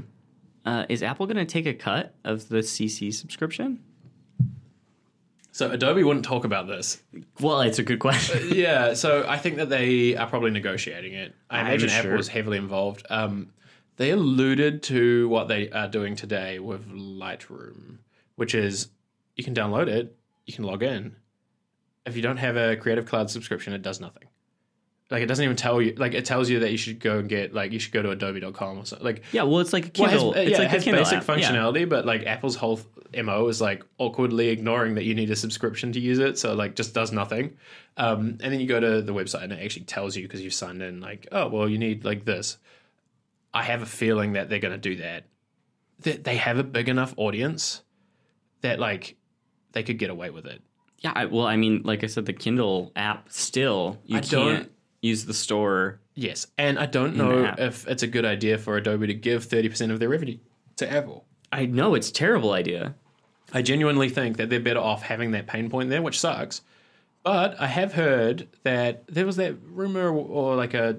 B: uh, is Apple going to take a cut of the CC subscription?
A: So Adobe wouldn't talk about this.
B: Well, it's a good question.
A: Yeah, so I think that they are probably negotiating it. I
B: I'm
A: imagine
B: sure.
A: Apple was heavily involved. Um, they alluded to what they are doing today with Lightroom, which is you can download it, you can log in. If you don't have a Creative Cloud subscription, it does nothing. Like it doesn't even tell you. Like it tells you that you should go and get like you should go to Adobe.com or something. Like
B: Yeah, well, it's like a
A: well, it has- uh,
B: Kindle.
A: yeah,
B: it's like
A: it has
B: a Kindle
A: basic
B: app. Yeah.
A: functionality, but like Apple's whole th- mo is like awkwardly ignoring that you need a subscription to use it, so like just does nothing. Um, and then you go to the website and it actually tells you because you signed in, like, oh well, you need like this. I have a feeling that they're going to do that. That they have a big enough audience that like they could get away with it.
B: Yeah, I, well, I mean, like I said, the Kindle app still you
A: I don't-
B: can't use the store.
A: Yes, and I don't know
B: app.
A: if it's a good idea for Adobe to give thirty percent of their revenue to Apple.
B: I know it's a terrible idea.
A: I genuinely think that they're better off having that pain point there, which sucks. But I have heard that there was that rumor or like a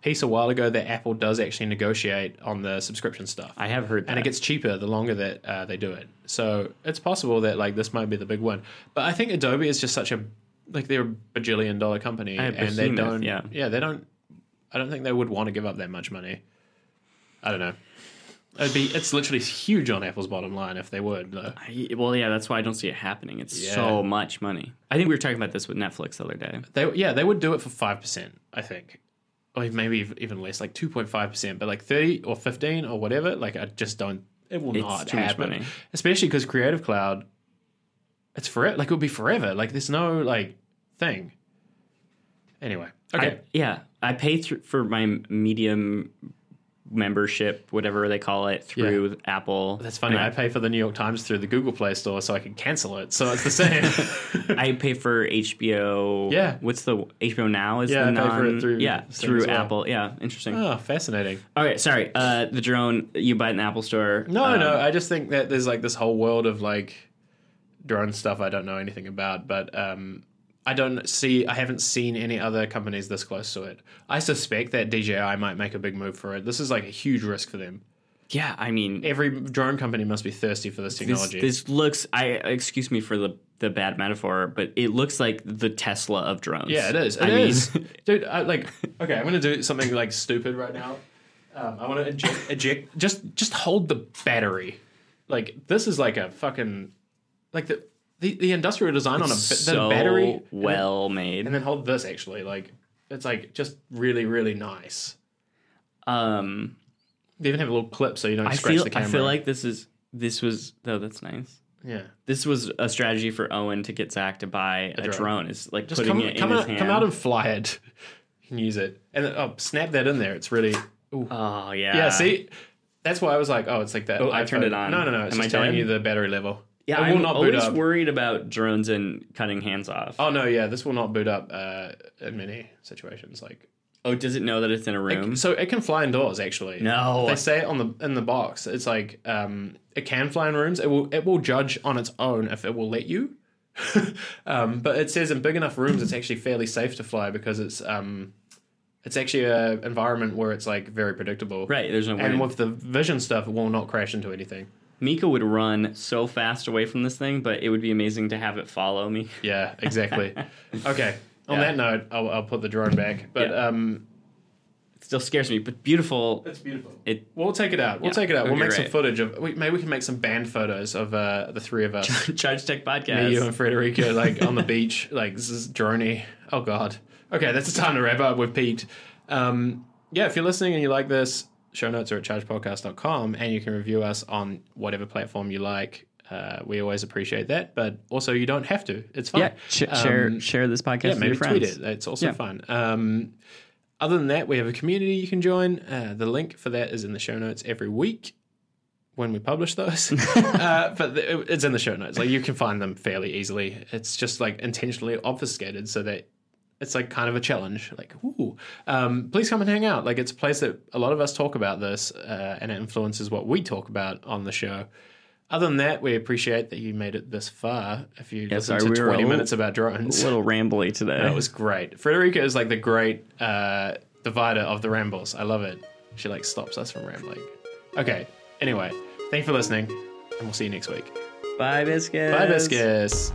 A: piece a while ago that Apple does actually negotiate on the subscription stuff,
B: I have heard that.
A: and it gets cheaper the longer that uh, they do it. So it's possible that like this might be the big one. But I think Adobe is just such a like they're a bajillion dollar company,
B: A
A: and they
B: behemoth,
A: don't.
B: yeah.
A: they don't. I don't think they would want to give up that much money. I don't know. It'd be it's literally huge on Apple's bottom line if they would though.
B: I- well, yeah, that's why I don't see it happening. It's
A: Yeah.
B: so much money. I think we were talking about this with Netflix the other day.
A: They yeah, they would do it for five percent, I think, or maybe ev- even less, like two point five percent. But like thirty or fifteen or whatever, like I just don't. It will
B: It's
A: not
B: too much
A: happen,
B: money.
A: especially because Creative Cloud, it's forever. Like it'll be forever. Like there's no like thing. Anyway, okay,
B: I, yeah, I pay thr- for my medium membership, whatever they call it, through Apple.
A: that's funny. I
B: And
A: pay for the New York Times through the Google Play Store, so I can cancel it. So it's the same.
B: (laughs) I, I pay for HBO.
A: Yeah.
B: what's the HBO Now? Is
A: Yeah,
B: the
A: I pay for it
B: non-
A: through
B: yeah
A: things
B: through
A: as well.
B: Apple. Yeah, interesting.
A: oh, fascinating.
B: All right, sorry. Uh, the drone you buy it in the Apple Store.
A: No,
B: um,
A: no. I just think that there's like this whole world of like drone stuff I don't know anything about, but um, I don't see. I haven't seen any other companies this close to it. I suspect that DJI might make a big move for it. This is like a huge risk for them.
B: Yeah, I mean,
A: Every drone company must be thirsty for this
B: this,
A: technology.
B: this looks. I excuse me for the the bad metaphor, but it looks like the Tesla of drones.
A: yeah, it is. It
B: I mean- (laughs)
A: is. (laughs) dude. I, like, okay, I'm gonna do something like stupid right now. Um, I want to eject, eject. Just, just hold the battery. Like, this is like a fucking, like the the, the industrial design on a ba-
B: so
A: the battery
B: well made.
A: and then hold this actually like it's like just really really nice
B: Um,
A: they even have a little clip so you don't
B: I
A: scratch
B: feel.
A: the
B: I
A: camera
B: feel like this is. This was. Oh, that's nice.
A: yeah
B: This was a strategy for Owen to get Zach to buy a, drone.
A: drone.
B: Is like
A: just
B: putting
A: come,
B: it
A: come,
B: in
A: out,
B: his hand.
A: come out and fly it (laughs) you can use it and then, oh snap that in there it's really ooh.
B: oh yeah.
A: yeah see that's why i was like oh it's like that
B: Oh, I turned
A: iPhone.
B: it on.
A: no no no it's
B: Am
A: just
B: I
A: telling
B: dead?
A: you the battery level
B: Yeah,
A: it will
B: I'm
A: not boot
B: always
A: up
B: worried about drones and cutting hands off.
A: oh no yeah this will not boot up uh in many situations like
B: Oh, does it know that it's in a room?
A: so it can fly indoors actually
B: no.
A: They say it on the in the box. It's like um, it can fly in rooms. It will it will judge on its own if it will let you. (laughs) um, but it says in big enough rooms, it's actually fairly safe to fly because it's um, it's actually an environment where it's like very predictable.
B: Right, there's no way.
A: And with the vision stuff, it will not crash into anything.
B: Mika would run so fast away from this thing, but it would be amazing to have it follow me. (laughs)
A: Yeah, exactly. okay. On
B: Yeah.
A: that note, I'll, I'll put the drone back. But
B: Yeah.
A: um,
B: It still scares me, but beautiful.
A: it's beautiful.
B: It (laughs)
A: We'll take it out. We'll
B: Yeah,
A: take it out.
B: it
A: We'll
B: would be
A: make some
B: great.
A: footage of. We, maybe we can make some band photos of uh, the three of us.
B: Charge Tech
A: Me, you,
B: podcast.
A: and Frederica, like on the beach, like this is droney. Oh God. Okay, that's the time to wrap up. We've peaked. Um, yeah, if you're listening and you like this, show notes are at chargepodcast.com and you can review us on whatever platform you like. Uh, we always appreciate that, but also you don't have to. It's fine. Um,
B: Yeah, sh- share share this podcast
A: Yeah,
B: with
A: maybe
B: your friends.
A: tweet it. It's also
B: Yeah.
A: fun. Um, other than that, we have a community you can join. Uh, the link for that is in the show notes every week when we publish
B: (laughs)
A: those. uh, but the, it's in the show notes. Like you can find them fairly easily. It's just like intentionally obfuscated so that it's like kind of a challenge. Like, ooh, um, please come and hang out. Like it's a place that a lot of us talk about this, uh, and it influences what we talk about on the show. Other than that, we appreciate that you made it this far. If you listen
B: sorry,
A: to
B: we were a
A: twenty
B: little-
A: minutes about drones,
B: A little rambly today.
A: that was great. Frederica is like the great uh, divider of the rambles. I love it. She like stops us from rambling. Okay. Anyway, thank you for listening, and we'll see you next week.
B: Bye, biscuits.
C: Bye, Viscus.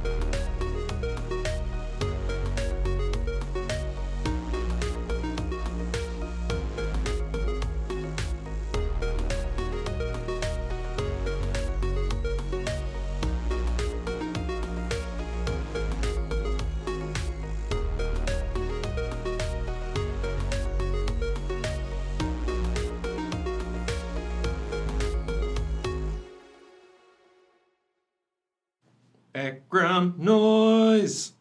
C: Background noise.